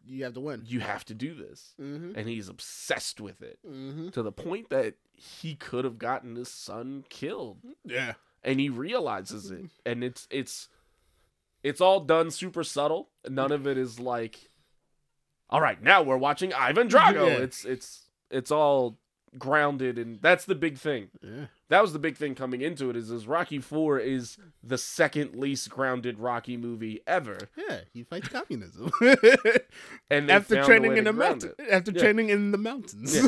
Speaker 2: You have to win.
Speaker 3: you have to do this.
Speaker 2: Mm-hmm.
Speaker 3: And he's obsessed with it
Speaker 2: Mm-hmm.
Speaker 3: to the point that he could have gotten his son killed
Speaker 2: Yeah,
Speaker 3: and he realizes it and it's it's it's all done super subtle none of it is like all right now we're watching ivan drago
Speaker 2: Yeah.
Speaker 3: it's it's it's all grounded and that's the big thing
Speaker 2: yeah,
Speaker 3: that was the big thing coming into it is is rocky 4 is the second least grounded rocky movie ever
Speaker 2: yeah. He fights communism
Speaker 3: and they
Speaker 2: after
Speaker 3: found a
Speaker 2: training
Speaker 3: way
Speaker 2: in
Speaker 3: to
Speaker 2: the
Speaker 3: ground
Speaker 2: mountains. After
Speaker 3: Yeah.
Speaker 2: training in the mountains.
Speaker 3: it,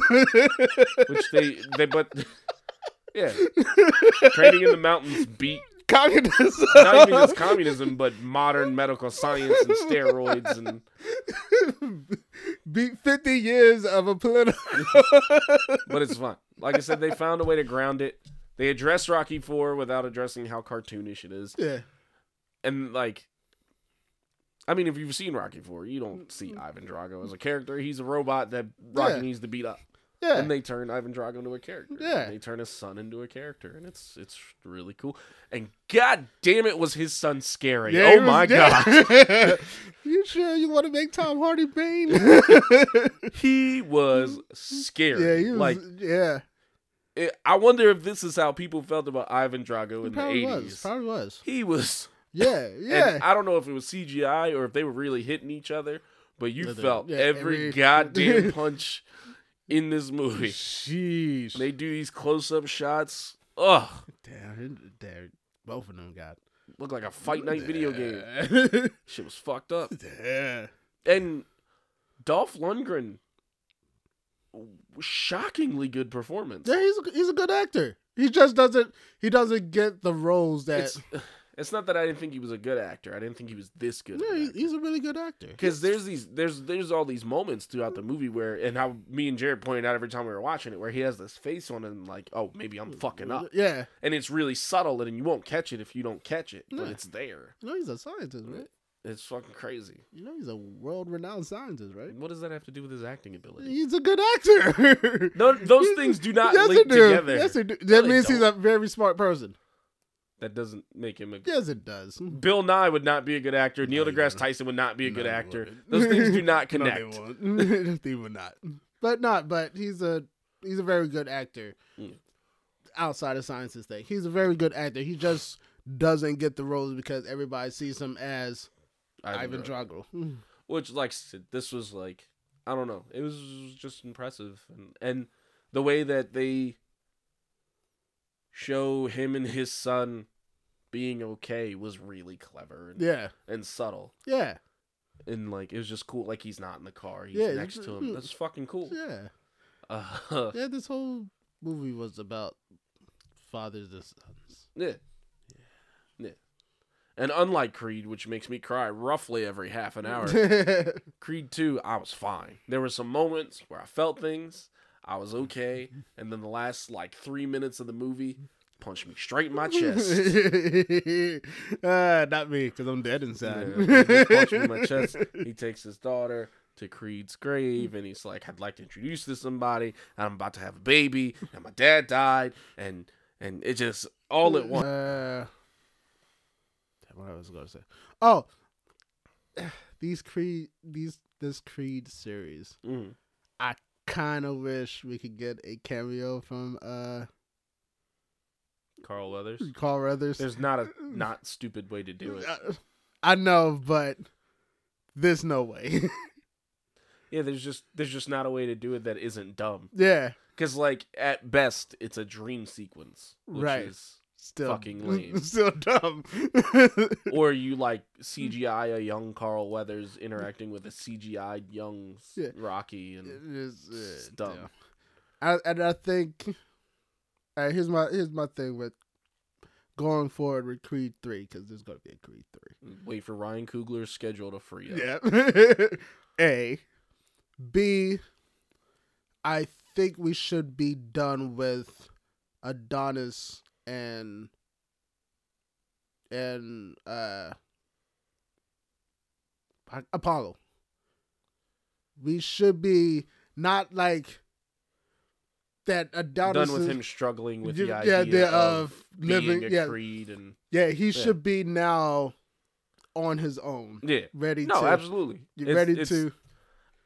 Speaker 3: which they they but yeah training in the mountains beat
Speaker 2: communism.
Speaker 3: not even just communism but modern medical science and steroids and
Speaker 2: Beat fifty years of a political.
Speaker 3: but it's fun. Like I said, they found a way to ground it. They address Rocky Four without addressing how cartoonish it is,
Speaker 2: yeah,
Speaker 3: and like, I mean, if you've seen Rocky Four, you don't see Ivan Drago as a character. He's a robot that Rocky
Speaker 2: Yeah.
Speaker 3: needs to beat up,
Speaker 2: yeah.
Speaker 3: and they turn Ivan Drago into a character.
Speaker 2: Yeah.
Speaker 3: and they turn his son into a character, and it's it's really cool. And god damn it, was his son scary?
Speaker 2: Yeah,
Speaker 3: oh
Speaker 2: it was-
Speaker 3: my
Speaker 2: yeah.
Speaker 3: god,
Speaker 2: you sure you want to make Tom Hardy Bane?
Speaker 3: he was scary.
Speaker 2: yeah, he was.
Speaker 3: like
Speaker 2: yeah,
Speaker 3: it, I wonder if this is how people felt about Ivan Drago in the
Speaker 2: probably
Speaker 3: eighties.
Speaker 2: was. Probably was.
Speaker 3: He was
Speaker 2: Yeah, yeah.
Speaker 3: And I don't know if it was CGI or if they were really hitting each other, but you
Speaker 2: Yeah, they-
Speaker 3: felt
Speaker 2: yeah,
Speaker 3: every,
Speaker 2: every-
Speaker 3: goddamn punch in this movie.
Speaker 2: Sheesh.
Speaker 3: They do these close-up shots. Ugh,
Speaker 2: damn, damn, both of them got
Speaker 3: look like a fight night video game.
Speaker 2: game.
Speaker 3: Shit was fucked up.
Speaker 2: yeah.
Speaker 3: And Dolph Lundgren, shockingly good performance.
Speaker 2: yeah, he's a, he's a good actor. He just doesn't he doesn't get the roles that.
Speaker 3: It's it's not that I didn't think he was a good actor. I didn't think he was this good. of
Speaker 2: yeah,
Speaker 3: an
Speaker 2: he-
Speaker 3: actor.
Speaker 2: he's a really good actor.
Speaker 3: Because there's these there's there's all these moments throughout the movie where and how me and Jared pointed out every time we were watching it where he has this face on and like oh maybe I'm fucking up
Speaker 2: Yeah,
Speaker 3: and it's really subtle and you won't catch it if you don't catch it but
Speaker 2: Yeah.
Speaker 3: it's there
Speaker 2: you know he's a scientist, right?
Speaker 3: it's fucking crazy
Speaker 2: You know he's a world renowned scientist, right?
Speaker 3: what does that have to do with his acting ability
Speaker 2: He's a good actor.
Speaker 3: no those
Speaker 2: He's-
Speaker 3: things do not
Speaker 2: yes,
Speaker 3: link
Speaker 2: it do.
Speaker 3: together
Speaker 2: Yes, it do.
Speaker 3: No,
Speaker 2: That
Speaker 3: they
Speaker 2: means he's a very smart person.
Speaker 3: that doesn't make him a
Speaker 2: Yes, it does.
Speaker 3: Bill Nye would not be a good actor Neil
Speaker 2: No, he
Speaker 3: deGrasse
Speaker 2: wouldn't.
Speaker 3: Tyson would not be a
Speaker 2: No,
Speaker 3: good
Speaker 2: he
Speaker 3: actor
Speaker 2: wouldn't.
Speaker 3: those things do not
Speaker 2: No,
Speaker 3: connect
Speaker 2: they won't. they will not. But not. But he's a he's a very good actor.
Speaker 3: Mm.
Speaker 2: Outside of sciences thing, he's a very good actor. He just doesn't get the roles because everybody sees him as
Speaker 3: Ivan
Speaker 2: Ivan
Speaker 3: Drago.
Speaker 2: Drago.
Speaker 3: which like s- this was like i don't know it was just impressive and, and the way that they show him and his son being okay was really clever and,
Speaker 2: Yeah.
Speaker 3: and subtle.
Speaker 2: Yeah.
Speaker 3: And like it was just cool. Like he's not in the car. He's hmm.
Speaker 2: Yeah,
Speaker 3: next
Speaker 2: it's-
Speaker 3: to him. That's fucking cool.
Speaker 2: Yeah.
Speaker 3: Uh,
Speaker 2: Yeah, this whole movie was about fathers and sons.
Speaker 3: yeah. Yeah. And unlike Creed, which makes me cry roughly every half an hour, Creed 2, I was fine. There were some moments where I felt things, I was okay, and then the last like three minutes of the movie punched me straight in my chest.
Speaker 2: uh, not me, because I'm dead inside.
Speaker 3: Yeah, he just punched me in my chest. He takes his daughter to Creed's grave, and he's like, "I'd like to introduce this to somebody. and I'm about to have a baby, and my dad died, and and it just all at once."
Speaker 2: Uh, damn, what I was going to say. Oh, these Creed, these this Creed series.
Speaker 3: Mm.
Speaker 2: I kind of wish we could get a cameo from uh
Speaker 3: Carl Weathers.
Speaker 2: Carl Weathers.
Speaker 3: There's not a not stupid way to do it.
Speaker 2: I, I know, but there's no way.
Speaker 3: Yeah, there's just there's just not a way to do it that isn't dumb.
Speaker 2: yeah,
Speaker 3: Because like at best, it's a dream sequence, which
Speaker 2: Right.
Speaker 3: is
Speaker 2: still
Speaker 3: Fucking lame.
Speaker 2: still dumb.
Speaker 3: or you like CGI a young Carl Weathers interacting with a CGI young s-
Speaker 2: Yeah.
Speaker 3: Rocky and
Speaker 2: It is, uh,
Speaker 3: Dumb.
Speaker 2: yeah. I, and I think uh, here's my here's my thing with going forward with Creed three because there's gonna be a Creed three.
Speaker 3: wait for Ryan Coogler's schedule to free up.
Speaker 2: Yeah. a. B. I think we should be done with Adonis and and uh A- Apollo. We should be not like that Adonis
Speaker 3: Done with
Speaker 2: is-
Speaker 3: him struggling with the
Speaker 2: Yeah,
Speaker 3: idea
Speaker 2: the,
Speaker 3: of,
Speaker 2: of
Speaker 3: living
Speaker 2: living-
Speaker 3: being a
Speaker 2: yeah.
Speaker 3: creed and
Speaker 2: Yeah, he should be now on his own.
Speaker 3: yeah.
Speaker 2: Ready
Speaker 3: No,
Speaker 2: to
Speaker 3: absolutely.
Speaker 2: you
Speaker 3: It's-
Speaker 2: ready
Speaker 3: it's-
Speaker 2: to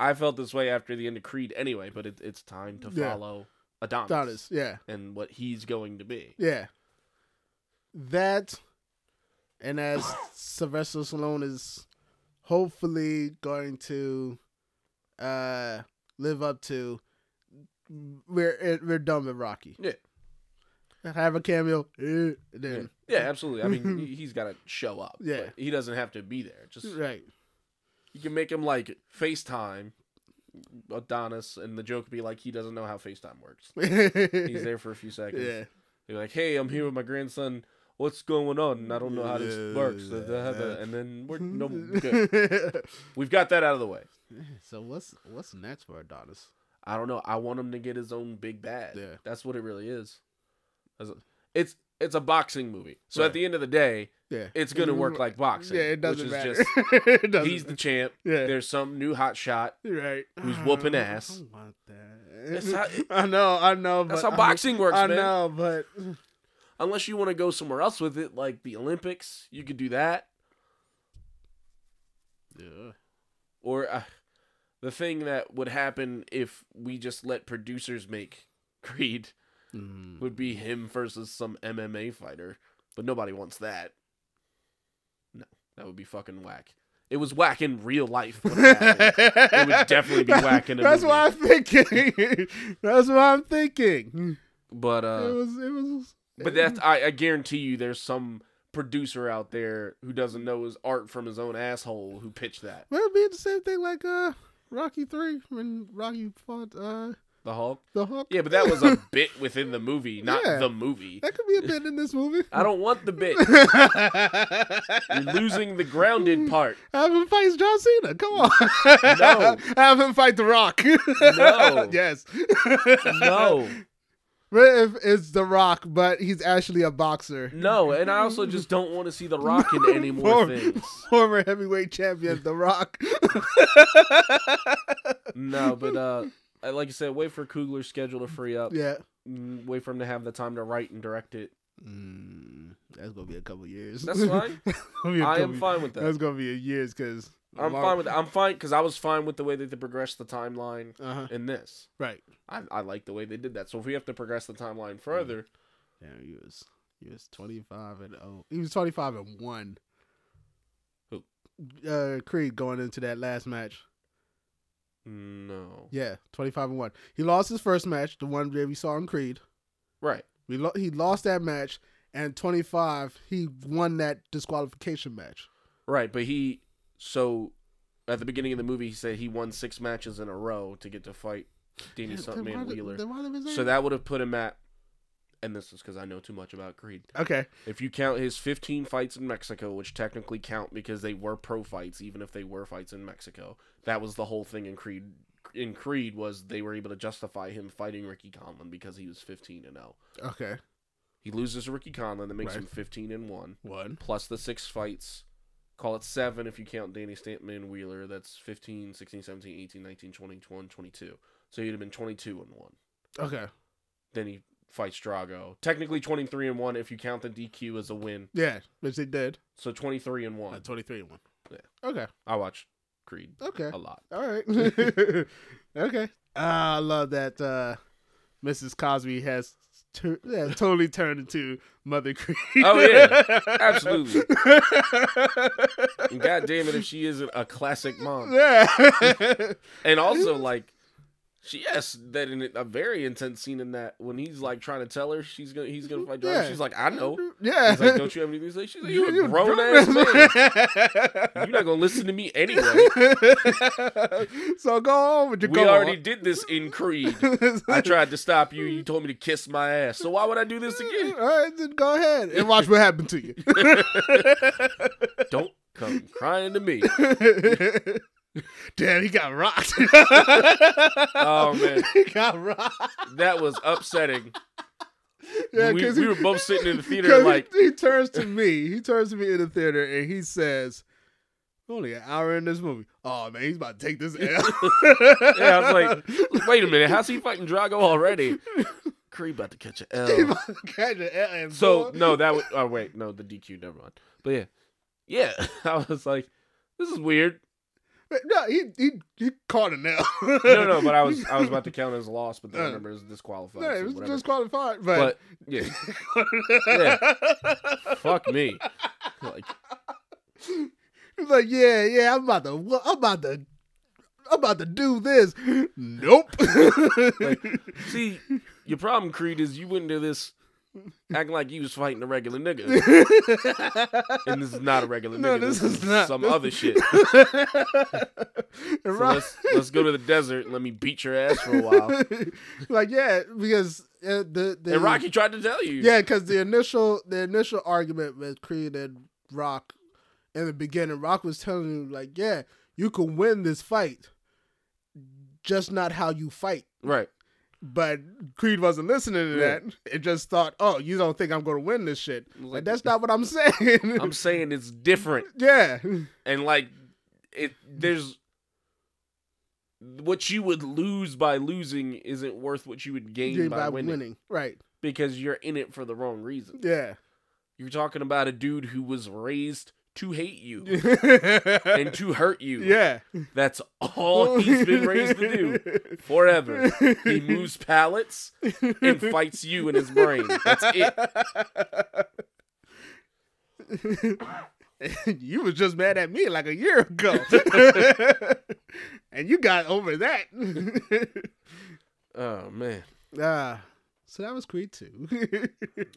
Speaker 3: I felt this way after the end of Creed anyway, but it, it's time to
Speaker 2: Yeah.
Speaker 3: follow Adonis,
Speaker 2: Adonis, yeah.
Speaker 3: and what he's going to be.
Speaker 2: Yeah. That, and as Sylvester Stallone is hopefully going to uh, live up to, we're it- we're done with Rocky.
Speaker 3: Yeah.
Speaker 2: Have a cameo, eh, then
Speaker 3: Yeah, absolutely. I mean, he- he's got to show up.
Speaker 2: Yeah.
Speaker 3: but he doesn't have to be there. Just
Speaker 2: right,
Speaker 3: You can make him like FaceTime Adonis, and the joke would be like he doesn't know how FaceTime works. He's there for a few seconds.
Speaker 2: Yeah,
Speaker 3: You're like, hey, I'm here with my grandson. What's going on? And I don't know how this works. Da, da, da. And then we're no good. We've got that out of the way.
Speaker 2: so what's what's next for Adonis?
Speaker 3: I don't know. I want him to get his own big bad.
Speaker 2: Yeah.
Speaker 3: That's what it really is. As a- It's it's a boxing movie. So at
Speaker 2: Right.
Speaker 3: the end of the day,
Speaker 2: Yeah,
Speaker 3: it's gonna work like boxing.
Speaker 2: yeah. It doesn't
Speaker 3: which is
Speaker 2: matter.
Speaker 3: just
Speaker 2: it doesn't
Speaker 3: he's the champ.
Speaker 2: Yeah.
Speaker 3: There's some new hot shot.
Speaker 2: Right. Ah,
Speaker 3: who's whooping ass.
Speaker 2: I don't want that.
Speaker 3: That's how-
Speaker 2: I know, I know, but
Speaker 3: That's how
Speaker 2: I'm-
Speaker 3: boxing works,
Speaker 2: I
Speaker 3: man.
Speaker 2: know, but
Speaker 3: unless you want to go somewhere else with it, like the Olympics, you could do that.
Speaker 2: yeah.
Speaker 3: Or uh, the thing that would happen if we just let producers make Creed
Speaker 2: Mm.
Speaker 3: would be him versus some MMA fighter, but nobody wants that. No, that would be fucking whack. It was whack in real life. When it happened.
Speaker 2: it
Speaker 3: would definitely be whack in a
Speaker 2: That's
Speaker 3: movie.
Speaker 2: what I'm thinking. That's what I'm thinking.
Speaker 3: but uh,
Speaker 2: it was. It was.
Speaker 3: But that's I, I guarantee you there's some producer out there who doesn't know his art from his own asshole who pitched that.
Speaker 2: Well, it'd be the same thing like uh Rocky Three when Rocky fought uh
Speaker 3: The Hulk?
Speaker 2: the Hulk.
Speaker 3: Yeah, but that was a bit within the movie, not
Speaker 2: Yeah.
Speaker 3: the movie.
Speaker 2: That could be a bit in this movie.
Speaker 3: I don't want the bit. You're losing the grounded part.
Speaker 2: Have him fight John Cena. Come on.
Speaker 3: No.
Speaker 2: Have him fight The Rock.
Speaker 3: No.
Speaker 2: yes.
Speaker 3: No.
Speaker 2: But if it's The Rock, but he's actually a boxer.
Speaker 3: No, and I also just don't want to see The Rock in any more
Speaker 2: Former-
Speaker 3: things.
Speaker 2: Former heavyweight champion, The Rock.
Speaker 3: No, but uh I- like I said, wait for Kugler's schedule to free up.
Speaker 2: yeah.
Speaker 3: Mm, Wait for him to have the time to write and direct it.
Speaker 2: Mm, that's gonna be a couple years.
Speaker 3: That's fine. I am fine with that.
Speaker 2: That's gonna be a years because
Speaker 3: I'm fine with I'm fine because I was fine with the way that they progressed the timeline
Speaker 2: Uh-huh.
Speaker 3: in this.
Speaker 2: Right.
Speaker 3: I, I like the way they did that. So if we have to progress the timeline further,
Speaker 2: Damn, he was he was twenty five and oh, he was twenty five and one.
Speaker 3: Who?
Speaker 2: Uh, Creed going into that last match.
Speaker 3: no,
Speaker 2: Yeah, twenty five and one. He lost his first match, the one that we saw in Creed.
Speaker 3: right?
Speaker 2: We lo- he lost that match, and 25 he won that disqualification match.
Speaker 3: Right, but he so at the beginning of the movie he said he won six matches in a row to get to fight Danny
Speaker 2: Then why
Speaker 3: Stuntman
Speaker 2: did-
Speaker 3: Wheeler.
Speaker 2: then why did we say
Speaker 3: So that would have put him at and this is because I know too much about Creed.
Speaker 2: okay,
Speaker 3: If you count his 15 fights in Mexico, which technically count because they were pro fights, even if they were fights in Mexico, that was the whole thing in Creed. In Creed, was they were able to justify him fighting Ricky Conlon because he was 15 and 0.
Speaker 2: okay,
Speaker 3: He loses to Ricky Conlon, that makes
Speaker 2: Right.
Speaker 3: him 15 and 1,
Speaker 2: one,
Speaker 3: plus the six fights. Call it seven if you count Danny Stampman Wheeler. That's 15, 16, 17, 18, 19, 20, 21, 22. So he'd have been 22 and 1.
Speaker 2: okay,
Speaker 3: Then he fights Drago. Technically 23 and 1 if you count the DQ as a win.
Speaker 2: yeah, which they did.
Speaker 3: So 23 and 1.
Speaker 2: Uh, 23 and one.
Speaker 3: Yeah.
Speaker 2: Okay,
Speaker 3: I watch Creed
Speaker 2: okay,
Speaker 3: a lot.
Speaker 2: all right, okay. Ah, I love that. uh Mrs. Cosby has. Tur- yeah, totally turned into Mother Creed.
Speaker 3: Oh, yeah. Absolutely. And
Speaker 2: Absolutely.
Speaker 3: God damn it if she isn't a classic mom.
Speaker 2: yeah.
Speaker 3: And also like she yes, that in a very intense scene in that when he's like trying to tell her she's gonna he's gonna fight Drago.
Speaker 2: Yeah.
Speaker 3: She's like, I know.
Speaker 2: Yeah.
Speaker 3: He's like, Don't you have anything to say? She's like, You're
Speaker 2: You
Speaker 3: a grown ass man. You're
Speaker 2: man.
Speaker 3: not gonna listen to me anyway.
Speaker 2: so go on with your
Speaker 3: We
Speaker 2: go
Speaker 3: already
Speaker 2: on.
Speaker 3: did this in Creed. I tried to stop you. You told me to kiss my ass. So why would I do this
Speaker 2: All
Speaker 3: again?
Speaker 2: right, then go ahead and watch what happened to you.
Speaker 3: Don't come crying to me.
Speaker 2: Damn, he got rocked.
Speaker 3: Oh man,
Speaker 2: he got rocked.
Speaker 3: that was upsetting.
Speaker 2: Yeah,
Speaker 3: we,
Speaker 2: 'cause
Speaker 3: we
Speaker 2: he-
Speaker 3: were both sitting in the theater
Speaker 2: 'Cause
Speaker 3: like,
Speaker 2: he, he turns to me. He turns to me in the theater and he says, "Only an hour in this movie. Oh man, he's about to take this L."
Speaker 3: yeah, I was like, wait a minute, how's he fighting Drago already? Creed about to catch an
Speaker 2: He
Speaker 3: L.
Speaker 2: about to catch an L and
Speaker 3: oh. So
Speaker 2: boy-
Speaker 3: no, that was oh wait, no, the DQ, never mind. But yeah, yeah, I was like, this is weird.
Speaker 2: no, he he he caught an L.
Speaker 3: No, no, but I was I was about to count as a loss, but then I
Speaker 2: Uh,
Speaker 3: remember it was disqualified.
Speaker 2: No,
Speaker 3: so
Speaker 2: it was
Speaker 3: whatever.
Speaker 2: disqualified,
Speaker 3: but
Speaker 2: but,
Speaker 3: yeah, fuck me. Like,
Speaker 2: He's like, yeah, yeah, I'm about to, wha- I'm about to, I'm about to do this. Nope.
Speaker 3: see, your problem, Creed, is you went into this acting like you was fighting a regular nigga. and this is not a regular
Speaker 2: No,
Speaker 3: nigga.
Speaker 2: this is not.
Speaker 3: some
Speaker 2: This-
Speaker 3: other shit.
Speaker 2: And
Speaker 3: So
Speaker 2: Rob-
Speaker 3: let's let's go to the desert and let me beat your ass for a while.
Speaker 2: like, yeah, because uh, the the
Speaker 3: And Rocky tried to tell you,
Speaker 2: yeah, because the initial the initial argument with Creed and Rock in the beginning, Rock was telling you like, yeah, you can win this fight, just not how you fight.
Speaker 3: right.
Speaker 2: But Creed wasn't listening to
Speaker 3: Yeah.
Speaker 2: that. It just thought, oh, you don't think I'm going to win this shit.
Speaker 3: Like-
Speaker 2: Like, that's not what I'm saying.
Speaker 3: I'm saying it's different,
Speaker 2: yeah.
Speaker 3: and like it. There's what you would lose by losing isn't worth what you would gain
Speaker 2: Gain
Speaker 3: by, winning,
Speaker 2: Right.
Speaker 3: because you're in it for the wrong reason.
Speaker 2: Yeah.
Speaker 3: You're talking about a dude who was raised to hate you and
Speaker 2: and
Speaker 3: to hurt you.
Speaker 2: yeah.
Speaker 3: That's all he's been raised to do forever. He moves pallets and fights you in his brain. That's it.
Speaker 2: you was just mad at me like a year ago. and you got over that.
Speaker 3: Oh man.
Speaker 2: Ah, so that was Creed 2.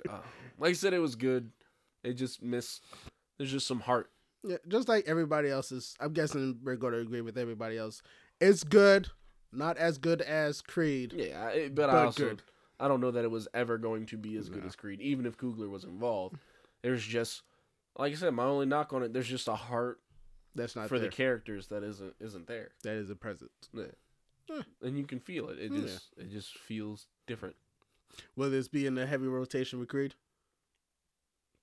Speaker 3: Oh. Like I said, it was good. It just missed. There's just some heart.
Speaker 2: yeah, just like everybody else's, I'm guessing we're going to agree with everybody else. It's good, not as good as Creed.
Speaker 3: Yeah, I, but, I
Speaker 2: But
Speaker 3: also
Speaker 2: good.
Speaker 3: I don't know that it was ever going to be as good as Creed, even if Coogler was involved. There's just, like I said, my only knock on it. There's just a heart
Speaker 2: That's not
Speaker 3: for
Speaker 2: there.
Speaker 3: the characters that isn't isn't there,
Speaker 2: that is a present.
Speaker 3: and you can feel it. It
Speaker 2: Yeah.
Speaker 3: just it just feels different.
Speaker 2: Will this be in a heavy rotation with Creed?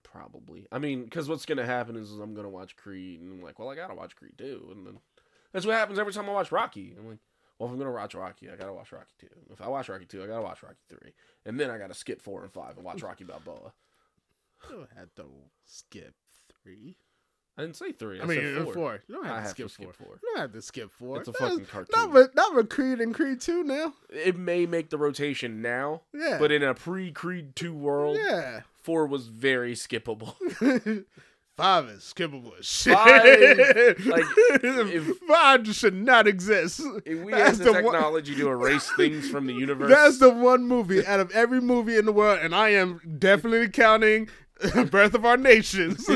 Speaker 3: Probably. I mean, because what's gonna happen is I'm gonna watch Creed, and I'm like, well, I gotta watch Creed too, and then that's what happens every time I watch Rocky. I'm like, well, if I'm gonna watch Rocky, I gotta watch Rocky two. If I watch Rocky two, I gotta watch Rocky three, and then I gotta skip four and five and watch Rocky Balboa.
Speaker 2: You don't have to skip three.
Speaker 3: I didn't say three. I,
Speaker 2: I, mean,
Speaker 3: said
Speaker 2: uh,
Speaker 3: four.
Speaker 2: four. You don't have,
Speaker 3: I
Speaker 2: to,
Speaker 3: have
Speaker 2: skip
Speaker 3: to skip
Speaker 2: four.
Speaker 3: four.
Speaker 2: You don't have to skip four.
Speaker 3: It's a
Speaker 2: That
Speaker 3: fucking
Speaker 2: is-
Speaker 3: cartoon.
Speaker 2: Not with, not with Creed and Creed 2 now.
Speaker 3: It may make the rotation now,
Speaker 2: Yeah.
Speaker 3: but in a pre Creed two world,
Speaker 2: yeah.
Speaker 3: four was very skippable.
Speaker 2: Five is skippable as shit.
Speaker 3: Five, like, if-
Speaker 2: five just should not exist.
Speaker 3: If we
Speaker 2: That's
Speaker 3: had
Speaker 2: the
Speaker 3: the
Speaker 2: one-
Speaker 3: technology to erase things from the universe,
Speaker 2: That's the one movie out of every movie in the world, and I am definitely counting Birth of Our Nations.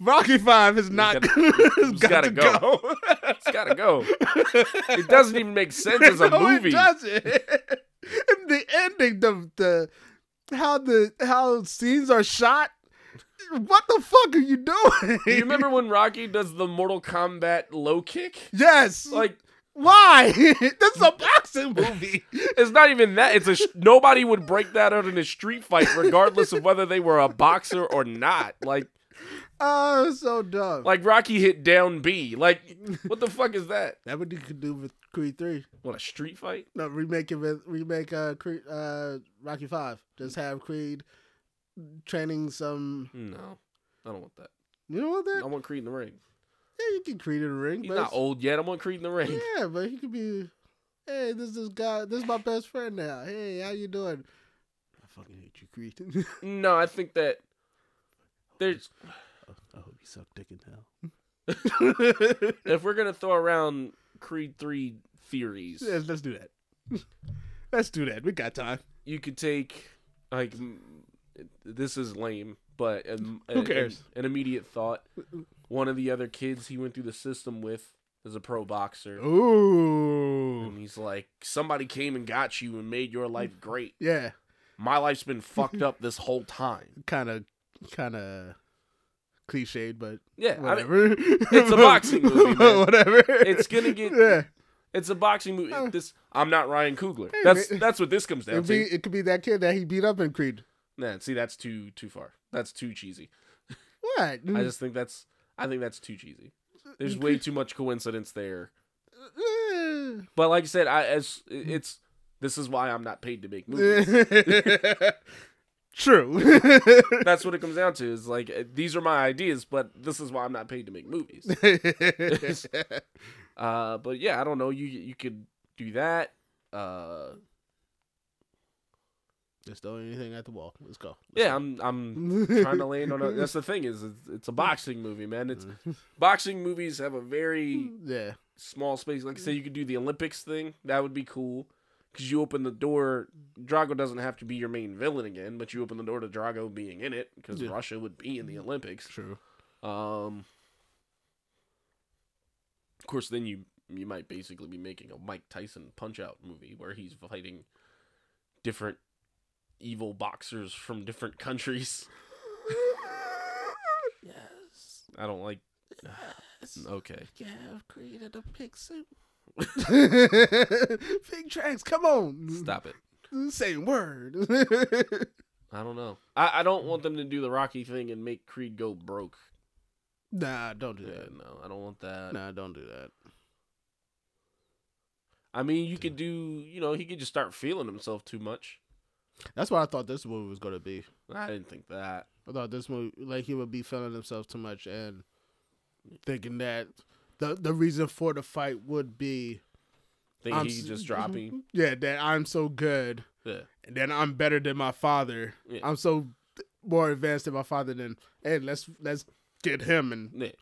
Speaker 2: Rocky Five has not
Speaker 3: gotta-
Speaker 2: has
Speaker 3: it's
Speaker 2: got
Speaker 3: gotta
Speaker 2: to
Speaker 3: go.
Speaker 2: go.
Speaker 3: it's gotta go. It doesn't even make sense as a
Speaker 2: No,
Speaker 3: movie.
Speaker 2: It doesn't. and the ending, the the how the how scenes are shot. What the fuck are you doing?
Speaker 3: Do you remember when Rocky does the Mortal Kombat low kick?
Speaker 2: Yes.
Speaker 3: Like,
Speaker 2: why? this is a boxing movie.
Speaker 3: it's not even that. It's a sh- nobody would break that out in a street fight, regardless of whether they were a boxer or not. Like,
Speaker 2: Oh, it's so dumb.
Speaker 3: like Rocky hit down B. Like, what the fuck is that?
Speaker 2: that what you could do with Creed Three.
Speaker 3: What a street fight?
Speaker 2: No, remake it with remake uh Creed uh Rocky Five. Just have Creed training some
Speaker 3: No, I don't want that.
Speaker 2: you know what that?
Speaker 3: I want Creed in the ring.
Speaker 2: Yeah, you can Creed in the ring,
Speaker 3: He's
Speaker 2: but
Speaker 3: not old yet. I want Creed in the ring.
Speaker 2: Yeah, but he could be. Hey, this is guy. This is my best friend now. Hey, how you doing? I fucking hate you, Creed.
Speaker 3: No, I think that there's
Speaker 2: I hope you suck dick in hell.
Speaker 3: if we're gonna throw around Creed three theories,
Speaker 2: Yes, let's do that. let's do that. We got time.
Speaker 3: you could take like m- this is lame, but an,
Speaker 2: Who
Speaker 3: an-
Speaker 2: cares?
Speaker 3: An, immediate thought. One of the other kids he went through the system with is a pro boxer,
Speaker 2: Ooh.
Speaker 3: and he's like, somebody came and got you and made your life great.
Speaker 2: Yeah,
Speaker 3: My life's been fucked up this whole time.
Speaker 2: kind of, kind of cliched, but
Speaker 3: Yeah, I mean,
Speaker 2: whatever.
Speaker 3: it's a boxing movie, man.
Speaker 2: whatever.
Speaker 3: It's gonna get-
Speaker 2: Yeah,
Speaker 3: it's a boxing movie.
Speaker 2: Uh.
Speaker 3: This I'm not Ryan Coogler.
Speaker 2: Hey,
Speaker 3: That's
Speaker 2: man.
Speaker 3: that's what this comes down
Speaker 2: it
Speaker 3: to.
Speaker 2: be. It could be that kid that he beat up in Creed.
Speaker 3: Nah, see, that's too too far. That's too cheesy.
Speaker 2: What?
Speaker 3: I just think that's I think that's too cheesy. There's way too much coincidence there. But like I said, I as it's this is why I'm not paid to make movies.
Speaker 2: True.
Speaker 3: That's what it comes down to. Is like uh, these are my ideas, but this is why I'm not paid to make movies. Uh, but yeah, I don't know. You you could do that. Uh,
Speaker 2: Just throw anything at the wall. Let's go.
Speaker 3: yeah, I'm I'm trying to land on. A, that's the thing is it's, it's a boxing movie, man. It's boxing movies have a very
Speaker 2: yeah.
Speaker 3: small space. Like I said, you could do the Olympics thing. That would be cool. Because you open the door. Drago doesn't have to be your main villain again, but you open the door to Drago being in it because
Speaker 2: Yeah.
Speaker 3: Russia would be in the Olympics.
Speaker 2: True.
Speaker 3: Um, of course, then you you might basically be making a Mike Tyson Punch Out movie where he's fighting different evil boxers from different countries. Yes, I don't like. Okay,
Speaker 2: Yeah, I've created a pig suit. pig tracks, come on.
Speaker 3: stop it.
Speaker 2: Same word.
Speaker 3: I don't know. I, I don't want them to do the Rocky thing and make Creed go broke.
Speaker 2: nah, don't do
Speaker 3: Yeah,
Speaker 2: that.
Speaker 3: no, I don't want that.
Speaker 2: Nah, don't do that.
Speaker 3: I mean, you could do, you know, he could just start feeling himself too much.
Speaker 2: That's what I thought this movie was gonna be.
Speaker 3: I didn't think that.
Speaker 2: I thought this movie, like he would be feeling himself too much and thinking that the the reason for the fight would be
Speaker 3: Think
Speaker 2: I'm
Speaker 3: he
Speaker 2: s- mm-hmm.
Speaker 3: could just drop him.
Speaker 2: Yeah, that I'm so good
Speaker 3: Yeah.
Speaker 2: and that I'm better than my father.
Speaker 3: Yeah.
Speaker 2: I'm so th- more advanced than my father. Than hey, let's let's get him and
Speaker 3: yeah.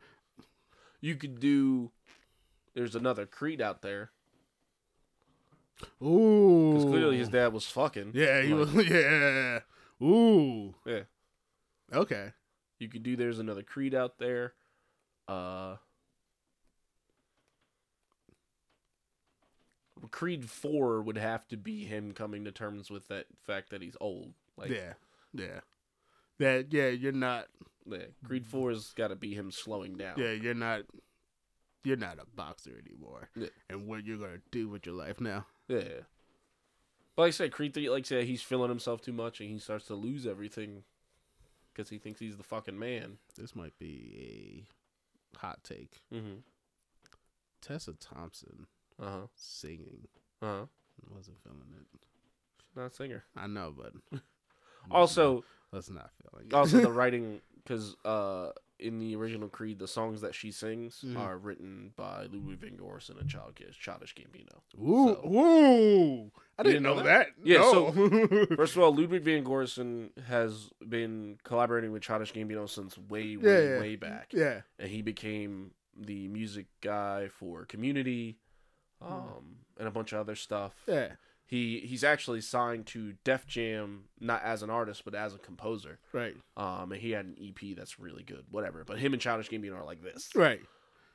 Speaker 3: You could do. There's another Creed out there
Speaker 2: ooh.
Speaker 3: because clearly his dad was fucking.
Speaker 2: Yeah, he
Speaker 3: Like,
Speaker 2: was. Yeah. Ooh.
Speaker 3: Yeah.
Speaker 2: Okay.
Speaker 3: You could do. There's another Creed out there. Uh. Creed Four would have to be him coming to terms with that fact that he's old. Like,
Speaker 2: yeah. Yeah. That yeah, you're not.
Speaker 3: yeah, Creed Four has got to be him slowing down.
Speaker 2: Yeah, you're not. You're not a boxer anymore.
Speaker 3: Yeah.
Speaker 2: And what you're gonna do with your life now?
Speaker 3: Yeah. But like I said, Creed 3, like I said, he's feeling himself too much and he starts to lose everything because he thinks he's the fucking man.
Speaker 2: This might be a hot take.
Speaker 3: Mm-hmm.
Speaker 2: Tessa Thompson
Speaker 3: Uh huh.
Speaker 2: singing
Speaker 3: Uh huh.
Speaker 2: wasn't feeling it.
Speaker 3: Not a singer.
Speaker 2: I know, but
Speaker 3: Also,
Speaker 2: Mm-hmm. let's not feeling it.
Speaker 3: also the writing because uh, in the original Creed, the songs that she sings
Speaker 2: Mhm.
Speaker 3: are written by Ludwig van Gorsen and Child Childish Gambino.
Speaker 2: Ooh,
Speaker 3: So-
Speaker 2: ooh! I
Speaker 3: You
Speaker 2: didn't know that.
Speaker 3: Yeah,
Speaker 2: No.
Speaker 3: First of all, Ludwig van Gorsen has been collaborating with Childish Gambino since way, way,
Speaker 2: Yeah, yeah.
Speaker 3: way back,
Speaker 2: yeah,
Speaker 3: and he became the music guy for Community, um, and a bunch of other stuff.
Speaker 2: Mm-hmm. yeah.
Speaker 3: He he's actually signed to Def Jam, not as an artist, but as a composer.
Speaker 2: Right,
Speaker 3: Um, and he had an EP that's really good, whatever. But him and Childish Gambino are like this.
Speaker 2: right.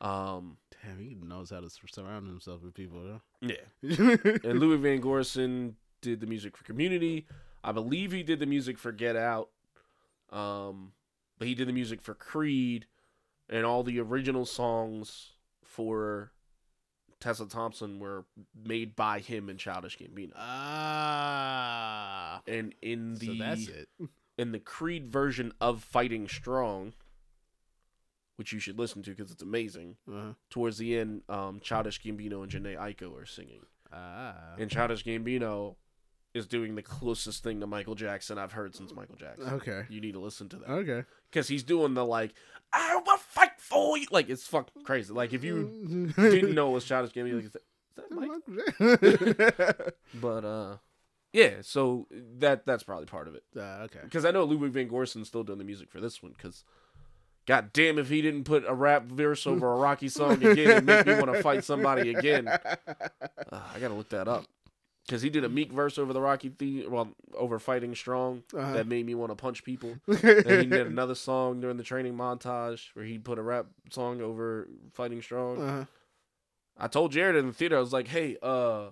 Speaker 3: Um,
Speaker 2: Damn, he knows how to s- surround himself with people.
Speaker 3: yeah.
Speaker 2: Huh?
Speaker 3: And Louis Van Gorsen did the music for Community. I believe he did the music for Get Out. Um, but he did the music for Creed and all the original songs for Tessa Thompson were made by him and Childish Gambino.
Speaker 2: ah,
Speaker 3: And in the
Speaker 2: so that's it.
Speaker 3: in the Creed version of Fighting Strong, which you should listen to because it's amazing.
Speaker 2: Uh-huh.
Speaker 3: Towards the end, um, Childish Gambino and Janae Aiko are singing,
Speaker 2: Ah,
Speaker 3: and Childish Gambino is doing the closest thing to Michael Jackson I've heard since Michael Jackson.
Speaker 2: okay,
Speaker 3: You need to listen to that
Speaker 2: okay.
Speaker 3: because he's doing the like, I will fight for you. Like it's fucking crazy. Like if you didn't know it was Childish Gambino, like, is that- is that Mike?
Speaker 2: Mm-hmm.
Speaker 3: But uh, yeah. So that that's probably part of it.
Speaker 2: Ah, okay.
Speaker 3: because I know Ludwig van Gorsen's still doing the music for this one. Because, god damn, if he didn't put a rap verse over a Rocky song again and make me want to fight somebody again,
Speaker 2: Uh-huh.
Speaker 3: Uh, I gotta look that up. Because he did a Meek verse over the Rocky theme, well, over Fighting Strong,
Speaker 2: Uh-huh.
Speaker 3: that made me want to punch people. Then he did another song during the training montage where he put a rap song over Fighting Strong.
Speaker 2: Uh-huh.
Speaker 3: I told Jared in the theater, I was like, hey, uh,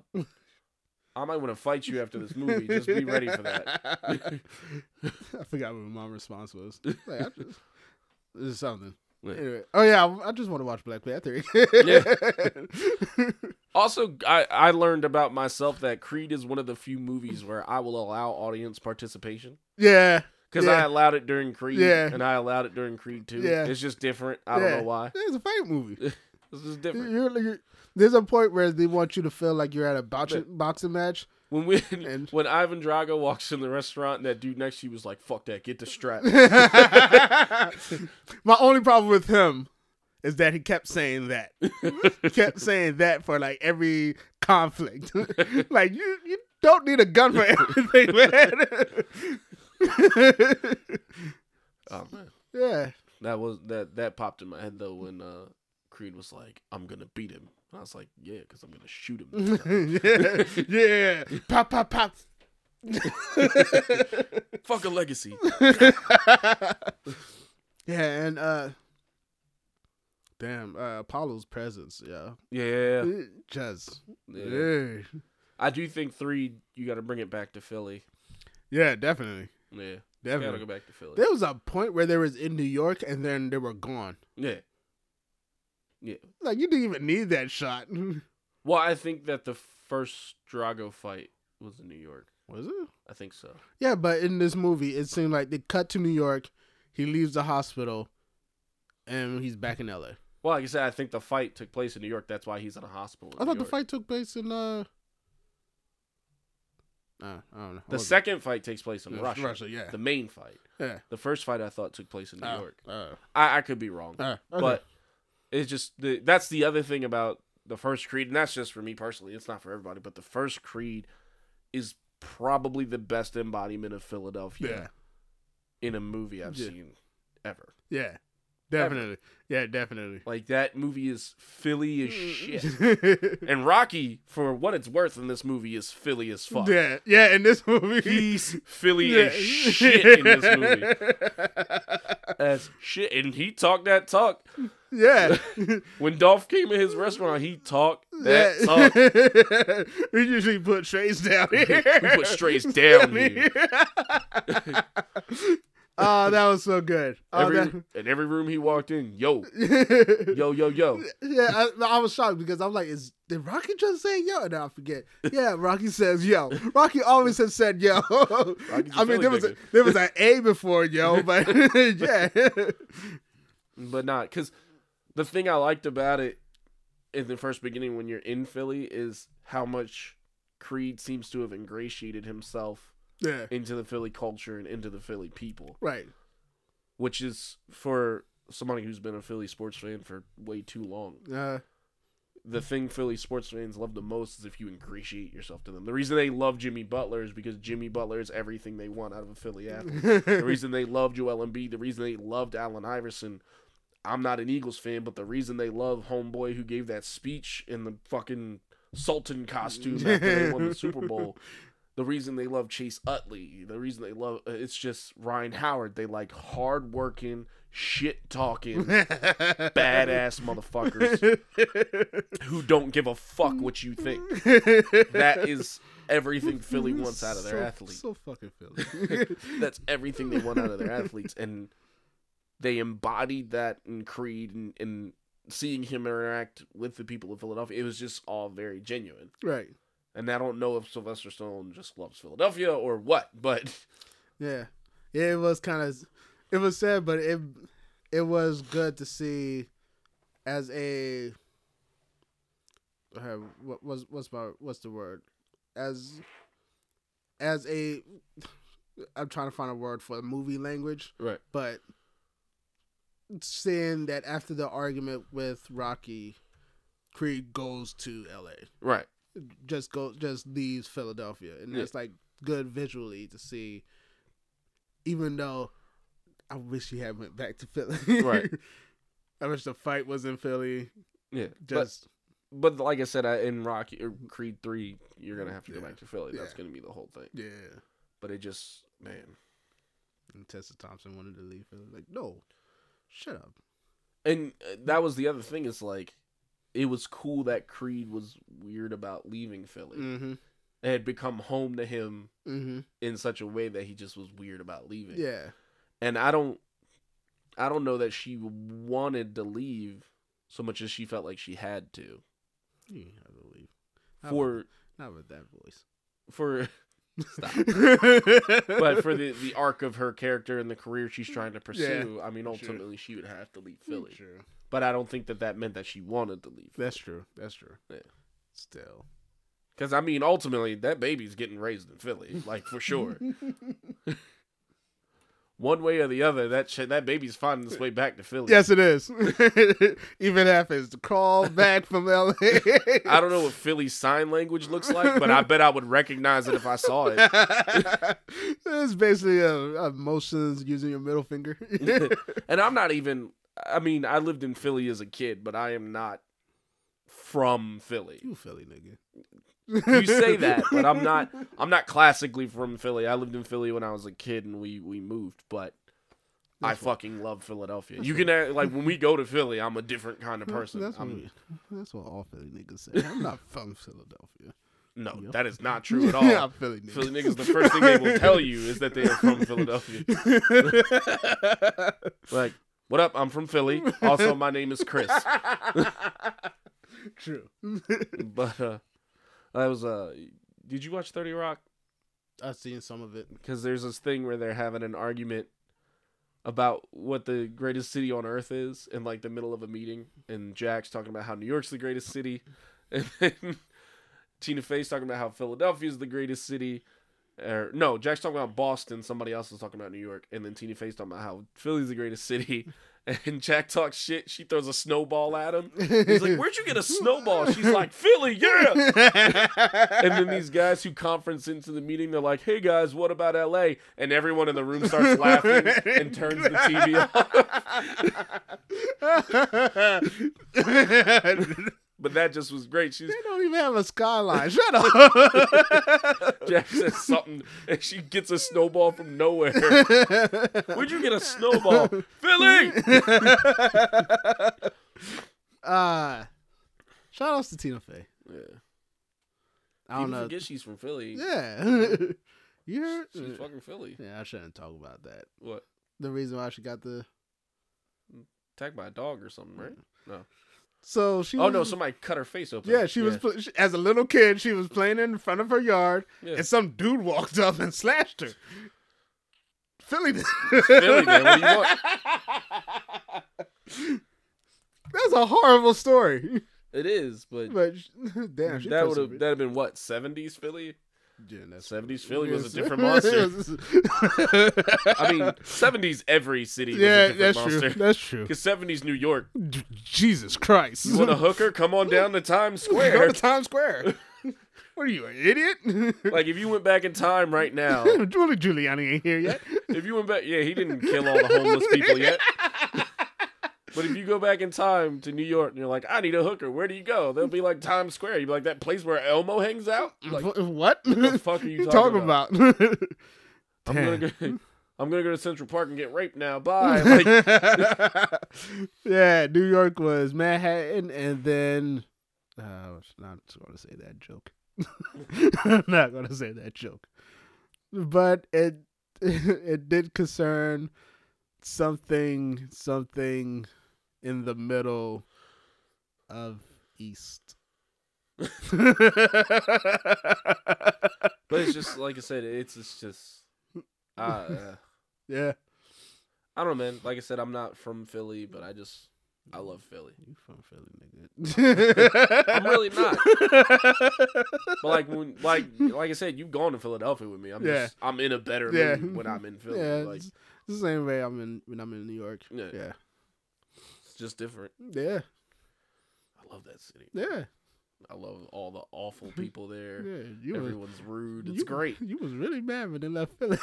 Speaker 3: I might want to fight you after this movie. Just be ready for that.
Speaker 2: I forgot what my response was. Like, I just, this is something.
Speaker 3: Yeah.
Speaker 2: Anyway. Oh yeah, I, I just want to watch Black Panther.
Speaker 3: Also, I, I learned about myself that Creed is one of the few movies where I will allow audience participation
Speaker 2: yeah,
Speaker 3: because I
Speaker 2: Yeah.
Speaker 3: allowed it during Creed
Speaker 2: Yeah.
Speaker 3: and I allowed it during Creed too.
Speaker 2: Yeah.
Speaker 3: It's just different. I
Speaker 2: Yeah.
Speaker 3: don't know why.
Speaker 2: it's a fight movie.
Speaker 3: This is different.
Speaker 2: You're, you're- there's a point where they want you to feel like you're at a boxing, boxing match.
Speaker 3: When we
Speaker 2: And-
Speaker 3: when Ivan Drago walks in the restaurant and that dude next to you was like, "Fuck that, get the strap."
Speaker 2: My only problem with him is that he kept saying that. kept saying that for like every conflict. like you, you don't need a gun for everything, man.
Speaker 3: oh man,
Speaker 2: yeah.
Speaker 3: that was that that popped in my head though when uh, Creed was like, "I'm gonna beat him." And I was like, "Yeah, because I'm gonna shoot him."
Speaker 2: yeah. Yeah. Pop pop pop.
Speaker 3: Fuck a legacy.
Speaker 2: Yeah, and uh Damn, uh Apollo's presence, yeah.
Speaker 3: Yeah.
Speaker 2: Just
Speaker 3: Yeah.
Speaker 2: yeah.
Speaker 3: I do think three. You got to bring it back to Philly.
Speaker 2: Yeah, definitely.
Speaker 3: Yeah, gotta
Speaker 2: Definitely.
Speaker 3: go back to Philly.
Speaker 2: There was a point where they was in New York and then they were gone.
Speaker 3: Yeah, yeah.
Speaker 2: Like you didn't even need that shot.
Speaker 3: Well, I think that the first Drago fight was in New York.
Speaker 2: Was it?
Speaker 3: I think so.
Speaker 2: Yeah, but in this movie, it seemed like they cut to New York. He leaves the hospital, and he's back in L.A.
Speaker 3: Well, like I said, I think the fight took place in New York. That's why he's in a hospital. in
Speaker 2: I
Speaker 3: New
Speaker 2: thought the
Speaker 3: York.
Speaker 2: fight took place in uh. uh I don't know. I
Speaker 3: The
Speaker 2: wasn't-
Speaker 3: second fight takes place in
Speaker 2: Yeah,
Speaker 3: Russia.
Speaker 2: Russia, yeah,
Speaker 3: The main fight.
Speaker 2: yeah.
Speaker 3: The first fight I thought took place in New
Speaker 2: Oh,
Speaker 3: York.
Speaker 2: oh,
Speaker 3: I, I could be wrong,
Speaker 2: oh, okay.
Speaker 3: but it's just the, that's the other thing about the first Creed, and that's just for me personally. It's not for everybody, but the first Creed is probably the best embodiment of Philadelphia.
Speaker 2: yeah,
Speaker 3: in a movie I've
Speaker 2: Yeah.
Speaker 3: seen ever.
Speaker 2: yeah, definitely, yeah, definitely.
Speaker 3: Like that movie is Philly as shit. And Rocky, for what it's worth in this movie, is Philly as fuck.
Speaker 2: yeah, yeah. In this movie,
Speaker 3: He's Philly
Speaker 2: yeah.
Speaker 3: as shit in this movie. As shit. And he talked that talk.
Speaker 2: Yeah.
Speaker 3: When Dolph came in his restaurant, he talked that talk.
Speaker 2: yeah. we usually put strays down here.
Speaker 3: We put strays down here.
Speaker 2: oh, that was so good. Oh,
Speaker 3: Every, In every room he walked in, yo,
Speaker 2: that-
Speaker 3: yo, yo, yo.
Speaker 2: yeah, I, I was shocked because I'm like, is did Rocky just say yo? And then I forget. Yeah, Rocky says yo. Rocky always has said yo.
Speaker 3: Rocky's a
Speaker 2: I mean,
Speaker 3: Philly
Speaker 2: there was a,
Speaker 3: nigga.
Speaker 2: there was an A before yo, but yeah,
Speaker 3: but not because the thing I liked about it in the first beginning when you're in Philly is how much Creed seems to have ingratiated himself
Speaker 2: yeah,
Speaker 3: into the Philly culture and into the Philly people,
Speaker 2: right,
Speaker 3: which is for somebody who's been a Philly sports fan for way too long.
Speaker 2: Uh,
Speaker 3: The thing Philly sports fans love the most is if you ingratiate yourself to them. The reason they love Jimmy Butler is because Jimmy Butler is everything they want out of a Philly athlete. the reason they love Joel Embiid, the reason they loved Allen Iverson. I'm not an Eagles fan, but the reason they love homeboy who gave that speech in the fucking Sultan costume after they won the Super Bowl. The reason they love Chase Utley. The reason they love uh, it's just Ryan Howard. They like hard working, shit talking, badass motherfuckers who don't give a fuck what you think. That is everything Philly wants out of their
Speaker 2: so,
Speaker 3: athlete.
Speaker 2: So fucking Philly.
Speaker 3: That's everything they want out of their athletes, and they embodied that in Creed and, and seeing him interact with the people of Philadelphia. It was just all very genuine,
Speaker 2: right.
Speaker 3: and I don't know if Sylvester Stallone just loves Philadelphia or what, but
Speaker 2: Yeah, yeah, it was kind of, it was sad, but it, it was good to see, as a, uh, what was what's my what's the word, as, as a, I'm trying to find a word for movie language,
Speaker 3: right,
Speaker 2: but seeing that after the argument with Rocky, Creed goes to L.A.
Speaker 3: right,
Speaker 2: just go just leaves Philadelphia, and
Speaker 3: Yeah.
Speaker 2: that's like good visually to see. Even though I wish he had went back to Philly,
Speaker 3: Right.
Speaker 2: I wish the fight was in Philly.
Speaker 3: yeah.
Speaker 2: Just
Speaker 3: but, but like I said, I, in Rocky or Creed three, you're gonna have to go
Speaker 2: Mm, Yeah.
Speaker 3: back to Philly. That's
Speaker 2: Yeah.
Speaker 3: gonna be the whole thing.
Speaker 2: yeah.
Speaker 3: But it just man,
Speaker 2: And Tessa Thompson wanted to leave Philly. Like no, shut up.
Speaker 3: and uh, that was the other thing. Is like. It was cool that Creed was weird about leaving Philly.
Speaker 2: Mm-hmm.
Speaker 3: it had become home to him
Speaker 2: Mm-hmm.
Speaker 3: in such a way that he just was weird about leaving.
Speaker 2: Yeah.
Speaker 3: And I don't I don't know that she wanted to leave so much as she felt like she had to.
Speaker 2: You ain't have to leave. Not
Speaker 3: For
Speaker 2: with- not with that voice.
Speaker 3: for
Speaker 2: Stop.
Speaker 3: but for the, the arc of her character and the career she's trying to pursue, I mean
Speaker 2: sure.
Speaker 3: ultimately she would have to leave Philly.
Speaker 2: True.
Speaker 3: But I don't think that that meant that she wanted to leave.
Speaker 2: That's true. That's true.
Speaker 3: Yeah.
Speaker 2: Still.
Speaker 3: Cuz I mean ultimately that baby's getting raised in Philly, like for sure. One way or the other, that sh- that baby's finding its way back to Philly.
Speaker 2: Yes, it is. Even after his call back from LA.
Speaker 3: I don't know what Philly sign language looks like, but I bet I would recognize it if I saw it.
Speaker 2: it's basically a, a motions using your middle finger.
Speaker 3: and I'm not even I mean, I lived in Philly as a kid, but I am not from Philly.
Speaker 2: you Philly nigga.
Speaker 3: You say that, but I'm not I'm not classically from Philly. I lived in Philly when I was a kid and we we moved, but I
Speaker 2: That's why-
Speaker 3: fucking love Philadelphia. You can act- like when we go to Philly, I'm a different kind of person.
Speaker 2: That's what,
Speaker 3: I'm-
Speaker 2: we- that's what all Philly niggas say. I'm not from Philadelphia.
Speaker 3: no,
Speaker 2: Yep.
Speaker 3: that is not true at all.
Speaker 2: Yeah, I'm Philly niggas.
Speaker 3: Philly niggas, the first thing they will tell you is that they are from Philadelphia. like, what up? I'm from Philly. Also, my name is Chris.
Speaker 2: True.
Speaker 3: But uh, I was uh, did you watch Thirty Rock?
Speaker 2: I've seen some of it.
Speaker 3: Because there's this thing where they're having an argument about what the greatest city on earth is in like the middle of a meeting, and Jack's talking about how New York's the greatest city, and then Tina Fey's talking about how Philadelphia's the greatest city. Or, no, Jack's talking about Boston. Somebody else is talking about New York, and then Tina Fey's talking about how Philly's the greatest city. And Jack talks shit. She throws a snowball at him. He's like, "Where'd you get a snowball?" She's like, "Philly, yeah." and then these guys who conference into the meeting, they're like, "Hey guys, what about LA?" And everyone in the room starts laughing and turns the TV off.
Speaker 2: they
Speaker 3: But that just was great. She's
Speaker 2: don't even have a skyline. Shut up.
Speaker 3: Jack says something, and she gets a snowball from nowhere. Where'd you get a snowball, Philly?
Speaker 2: uh, shout outs to Tina Fey.
Speaker 3: Yeah.
Speaker 2: I don't
Speaker 3: People
Speaker 2: know.
Speaker 3: forget she's from Philly.
Speaker 2: Yeah. You're.
Speaker 3: She's fucking Philly.
Speaker 2: Yeah, I shouldn't talk about that.
Speaker 3: What?
Speaker 2: The reason why she got the.
Speaker 3: Attacked by a dog or something, right?
Speaker 2: So she.
Speaker 3: Oh
Speaker 2: was-
Speaker 3: no, somebody cut her face open.
Speaker 2: Yeah, she was pl- she- as a little kid. She was playing in front of her yard,
Speaker 3: Yeah.
Speaker 2: and some dude walked up and slashed her. Philly,
Speaker 3: Philly, man. What do you want?
Speaker 2: That's a horrible story.
Speaker 3: It is, but
Speaker 2: But sh- damn, she
Speaker 3: that would have
Speaker 2: persevered.
Speaker 3: that have been what seventies Philly.
Speaker 2: Yeah, that's
Speaker 3: 70s Philly was a different monster.
Speaker 2: monster.
Speaker 3: I mean, 70s every city
Speaker 2: yeah,
Speaker 3: was a different
Speaker 2: that's
Speaker 3: monster.
Speaker 2: true. That's true.
Speaker 3: Because 70s New York.
Speaker 2: J- Jesus Christ!
Speaker 3: You want a hooker? Come on down to Times
Speaker 2: Go to
Speaker 3: Square.
Speaker 2: Times Square. what are you, an idiot?
Speaker 3: Like, uh, if you went back in time right now,
Speaker 2: Julie Giuliani ain't here yet.
Speaker 3: if you went back, yeah, he didn't kill all the homeless people yet. But if you go back in time to New York and you're like, I need a hooker, where do you go? They'll be like Times Square. You'd be like, that place where Elmo hangs out? Like,
Speaker 2: Wh- Mm, what?
Speaker 3: the fuck are you talking
Speaker 2: about?
Speaker 3: I'm gonna go.
Speaker 2: Mm.
Speaker 3: I'm gonna go to Central Park and get raped now. Bye. Like,
Speaker 2: yeah, New York was Manhattan, and then uh, I was not going to say that joke. I'm not going to say that joke, but it it did concern something something in the middle of East.
Speaker 3: but it's just like I said. It's, it's just. Uh, uh,
Speaker 2: yeah,
Speaker 3: I don't know, man. Like I said, I'm not from Philly, but I just I love Philly.
Speaker 2: you from Philly, nigga?
Speaker 3: I'm really not. But like when like like I said, you've gone to Philadelphia with me. I'm
Speaker 2: Yeah.
Speaker 3: just I'm in a better
Speaker 2: Yeah.
Speaker 3: mood when I'm in Philly.
Speaker 2: Yeah,
Speaker 3: Like
Speaker 2: it's, it's the same way I'm in when I'm in New York.
Speaker 3: Yeah.
Speaker 2: yeah,
Speaker 3: it's just different.
Speaker 2: yeah,
Speaker 3: I love that city.
Speaker 2: yeah.
Speaker 3: I love all the awful people there.
Speaker 2: yeah. You was-
Speaker 3: Everyone's rude. It's
Speaker 2: you-
Speaker 3: great.
Speaker 2: You was really mad when they left Philly.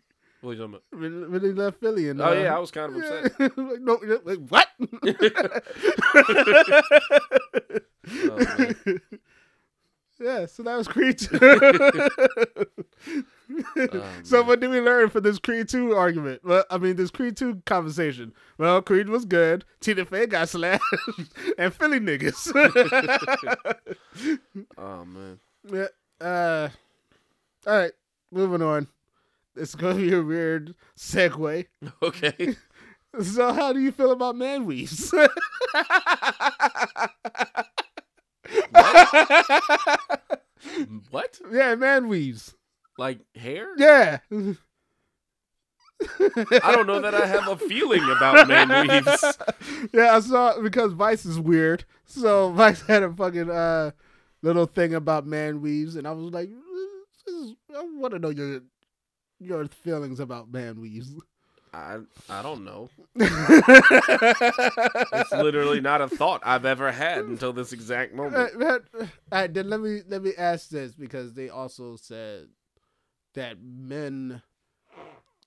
Speaker 3: What are you talking about?
Speaker 2: when, when they left Philly, and
Speaker 3: Oh
Speaker 2: uh,
Speaker 3: yeah, I was kind of upset.
Speaker 2: yeah. like, no, yeah, like, what?
Speaker 3: Oh, man.
Speaker 2: yeah, so that was Creed. Two.
Speaker 3: Oh,
Speaker 2: so
Speaker 3: man.
Speaker 2: what did we learn from this Creed two argument? Well, I mean this Creed two conversation. Well, Creed was good. Tina Fey got slashed, and Philly niggas.
Speaker 3: Oh man.
Speaker 2: Yeah. Uh, all right. Moving on. It's gonna be a weird segue.
Speaker 3: Okay.
Speaker 2: So, how do you feel about man weaves?
Speaker 3: what?
Speaker 2: yeah, man weaves.
Speaker 3: Like hair?
Speaker 2: Yeah.
Speaker 3: I don't know that I have a feeling about man weaves.
Speaker 2: yeah, I saw because Vice is weird. So Vice had a fucking uh little thing about man weaves, and I was like, this is- I want to know your your feelings about man weaves.
Speaker 3: I I don't know. It's
Speaker 2: it's
Speaker 3: literally not a thought I've ever had until this exact
Speaker 2: Uh,
Speaker 3: moment.
Speaker 2: all right, then let me let me ask this because they also said that men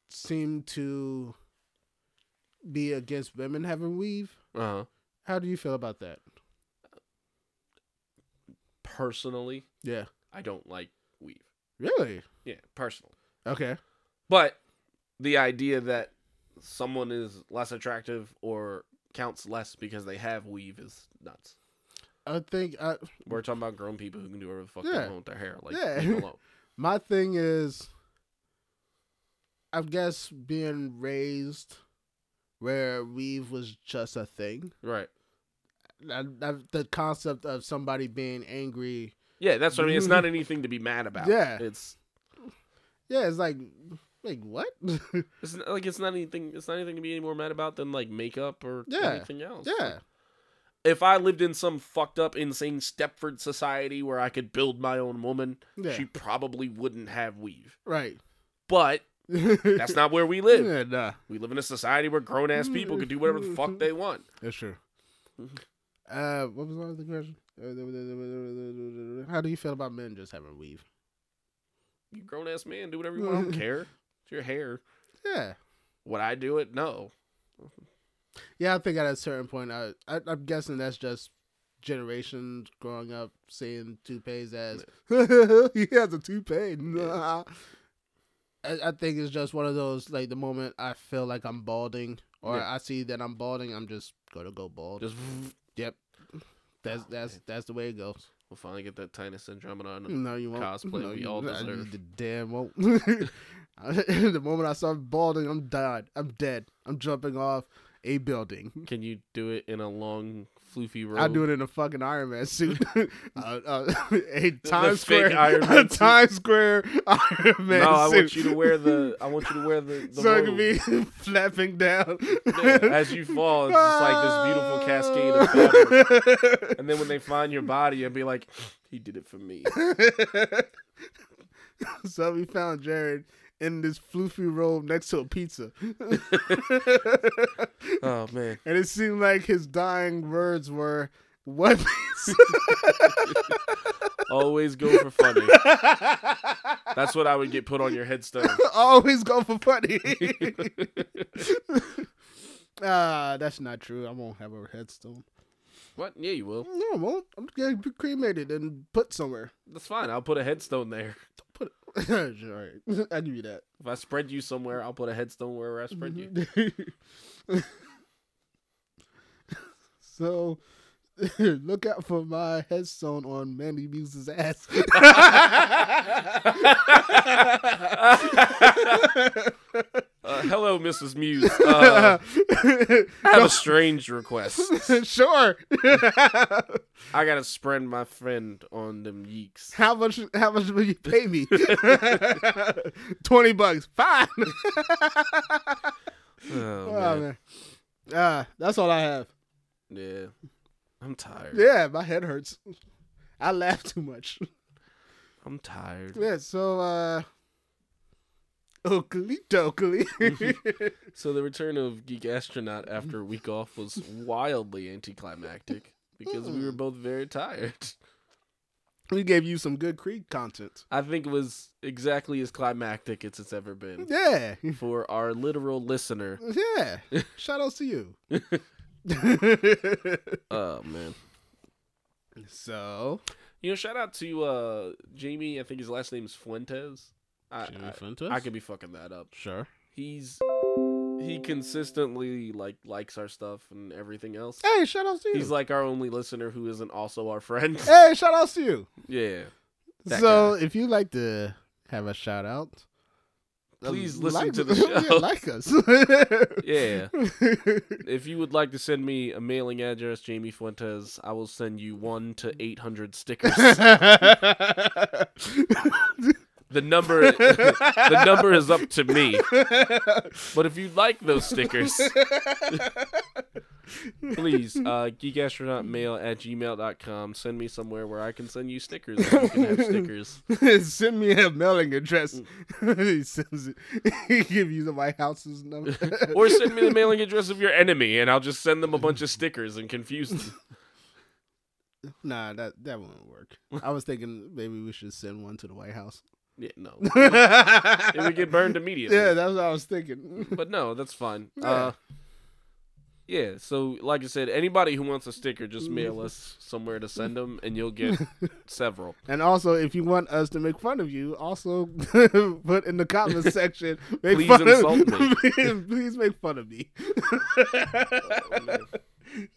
Speaker 2: seem to be against women having weave.
Speaker 3: Uh-huh.
Speaker 2: How do you feel about that?
Speaker 3: Personally,
Speaker 2: Yeah.
Speaker 3: I don't like weave.
Speaker 2: Really?
Speaker 3: Yeah, personal.
Speaker 2: Okay.
Speaker 3: But the idea that someone is less attractive or counts less because they have weave is nuts.
Speaker 2: I think I,
Speaker 3: We're talking about grown people who can do whatever the fuck they
Speaker 2: Yeah.
Speaker 3: want with their hair. Like,
Speaker 2: Yeah.
Speaker 3: leave it alone.
Speaker 2: my thing is I guess being raised where weave was just a thing.
Speaker 3: Right.
Speaker 2: I, I, the concept of somebody being angry
Speaker 3: Yeah, that's what I mean. It's not anything to be mad about.
Speaker 2: Yeah.
Speaker 3: It's
Speaker 2: Yeah, it's like, like what?
Speaker 3: It's not, like it's not anything. It's not anything to be any more mad about than like makeup or
Speaker 2: Yeah.
Speaker 3: anything else.
Speaker 2: yeah,
Speaker 3: If I lived in some fucked up, insane Stepford society where I could build my own woman,
Speaker 2: yeah,
Speaker 3: she probably wouldn't have weave.
Speaker 2: right.
Speaker 3: But that's not where we live.
Speaker 2: yeah, nah,
Speaker 3: We live in a society where grown ass people can do whatever the fuck they want.
Speaker 2: that's true.
Speaker 3: Mm-hmm.
Speaker 2: Uh, what was the other question? How do you feel about men just having weave?
Speaker 3: You grown ass man, do whatever you want. I don't care. It's your hair.
Speaker 2: Yeah,
Speaker 3: Would I do it? No.
Speaker 2: yeah. I think at a certain point, I, I I'm guessing that's just generations growing up seeing toupees as he has a toupee. Nah. I, I think it's just one of those like the moment I feel like I'm balding or
Speaker 3: Yeah.
Speaker 2: I see that I'm balding, I'm just gonna go bald.
Speaker 3: Just
Speaker 2: Yep. That's
Speaker 3: Oh,
Speaker 2: that's that's the way it goes.
Speaker 3: we'll finally get that tinus syndrome on.
Speaker 2: No, you won't.
Speaker 3: Cosplay
Speaker 2: no,
Speaker 3: we
Speaker 2: you
Speaker 3: all
Speaker 2: won't. I-
Speaker 3: deserve.
Speaker 2: you damn won't. the moment I start balding, I'm died. I'm dead. I'm jumping off, a building.
Speaker 3: Can you do it in a long, floofy robe?
Speaker 2: I do it in a fucking Iron Man suit, uh, uh, a
Speaker 3: fake
Speaker 2: Times Square,
Speaker 3: Iron
Speaker 2: a
Speaker 3: Man suit.
Speaker 2: Times Square Iron Man
Speaker 3: no, I
Speaker 2: suit.
Speaker 3: want you to wear the. I want you to wear the. the
Speaker 2: so
Speaker 3: robe.
Speaker 2: it can be flapping down
Speaker 3: as you fall, it's just like this beautiful cascade of fabric. And then when they find your body, and be like, he did it for me.
Speaker 2: so we found Jared in this floofy robe next to a pizza,
Speaker 3: Oh man,
Speaker 2: and it seemed like his dying words were, "What pizza?"
Speaker 3: always go for funny. That's what I would get put on your headstone.
Speaker 2: Always go for funny. Ah, that's not true. I won't have a headstone.
Speaker 3: What? Yeah, you will.
Speaker 2: No, I won't. I'm gonna be cremated and put somewhere.
Speaker 3: That's fine. I'll put a headstone there.
Speaker 2: Put. Alright, I knew that.
Speaker 3: If I spread you somewhere, I'll put a headstone wherever I spread you.
Speaker 2: so look out for my headstone on Mandy Muse's ass.
Speaker 3: Uh, hello, Mrs. Muse. Uh, I have a strange request.
Speaker 2: sure.
Speaker 3: I gotta spread my friend on them yeeks.
Speaker 2: how much how much will you pay me? Twenty bucks. Fine.
Speaker 3: Oh,
Speaker 2: Oh,
Speaker 3: man.
Speaker 2: man. Ah, that's all I have.
Speaker 3: Yeah. I'm tired.
Speaker 2: Yeah, my head hurts. I laugh too much.
Speaker 3: I'm tired.
Speaker 2: Yeah, so uh Oakley Dokley.
Speaker 3: So the return of Geek Astronaut after a week off was wildly anticlimactic because we were both very tired.
Speaker 2: we gave you some good Creed content.
Speaker 3: I think it was exactly as climactic as it's ever been
Speaker 2: Yeah.
Speaker 3: for our literal listener.
Speaker 2: Yeah. Shout outs to you.
Speaker 3: Oh man.
Speaker 2: so
Speaker 3: You know, shout out to uh Jamie, I think his last name's Fuentes. I, I, I could be fucking that up.
Speaker 2: Sure.
Speaker 3: He's he consistently like likes our stuff and everything else.
Speaker 2: Hey, shout outs to you.
Speaker 3: He's like our only listener who isn't also our friend.
Speaker 2: hey, shout outs to you.
Speaker 3: yeah. That
Speaker 2: so if you like to have a shout out,
Speaker 3: Please
Speaker 2: um,
Speaker 3: listen
Speaker 2: like-
Speaker 3: to the
Speaker 2: yeah,
Speaker 3: show.
Speaker 2: like us.
Speaker 3: Yeah. If you would like to send me a mailing address, Jamie Fuentes, I will send you one to eight hundred stickers. the number the number is up to me. But if you like those stickers, please, uh, geekastronautmail at gmail.com. Send me somewhere where I can send you stickers. and you can have stickers.
Speaker 2: Send me a mailing address. he sends it. he give you the White House's number.
Speaker 3: Or send me the mailing address of your enemy, and I'll just send them a bunch of stickers and confuse them.
Speaker 2: nah, that that wouldn't work. I was thinking maybe we should send one to the White House.
Speaker 3: Yeah, no. It
Speaker 2: it
Speaker 3: would get burned immediately.
Speaker 2: Yeah, that's what I was thinking.
Speaker 3: but no, that's fine.
Speaker 2: Yeah.
Speaker 3: Uh, yeah. So, like I said, anybody who wants a sticker, just mail us somewhere to send them, and you'll get several.
Speaker 2: And also, if you want us to make fun of you, also put in the comments section. Make
Speaker 3: Please
Speaker 2: fun
Speaker 3: insult me.
Speaker 2: of, please make fun of me.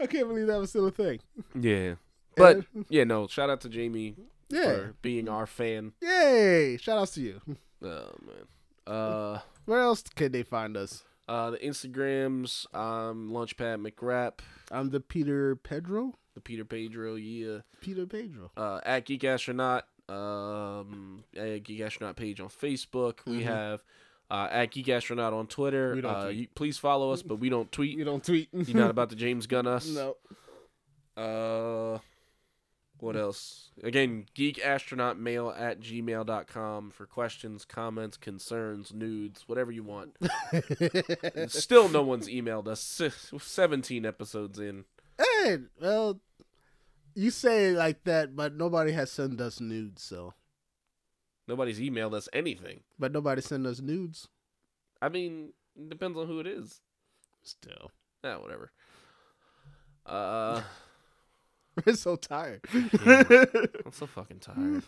Speaker 2: I can't believe that was still a thing.
Speaker 3: Yeah. But yeah, no. Shout out to Jamie
Speaker 2: Yeah.
Speaker 3: for being our fan.
Speaker 2: Yay! Shout outs to you.
Speaker 3: Oh man. Uh,
Speaker 2: Where else can they find us?
Speaker 3: uh, the Instagrams. Um, Launchpad McRap,
Speaker 2: I'm the Peter Pedro.
Speaker 3: the Peter Pedro. Yeah.
Speaker 2: Peter Pedro.
Speaker 3: uh, at Geek Astronaut, um, at Geek Astronaut page on Facebook. We have uh, at Geek Astronaut on Twitter.
Speaker 2: Mm-hmm. We don't
Speaker 3: uh,
Speaker 2: tweet.
Speaker 3: You, please follow us, but we don't tweet.
Speaker 2: You don't tweet.
Speaker 3: You're not about to James Gunn us.
Speaker 2: no.
Speaker 3: Uh, what else? Again, geekastronautmail at gmail.com for questions, comments, concerns, nudes, whatever you want. And Still, no one's emailed us. Six- 17 episodes in.
Speaker 2: Hey, well, you say it like that, but nobody has sent us nudes. So,
Speaker 3: Nobody's emailed us anything.
Speaker 2: but nobody sent us nudes.
Speaker 3: I mean, it depends on who it is.
Speaker 2: Still,
Speaker 3: Yeah, whatever. Uh,
Speaker 2: we're so tired.
Speaker 3: I'm so fucking tired.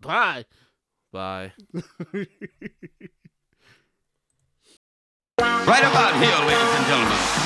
Speaker 2: Bye.
Speaker 3: Bye.
Speaker 1: Right about here, ladies and gentlemen.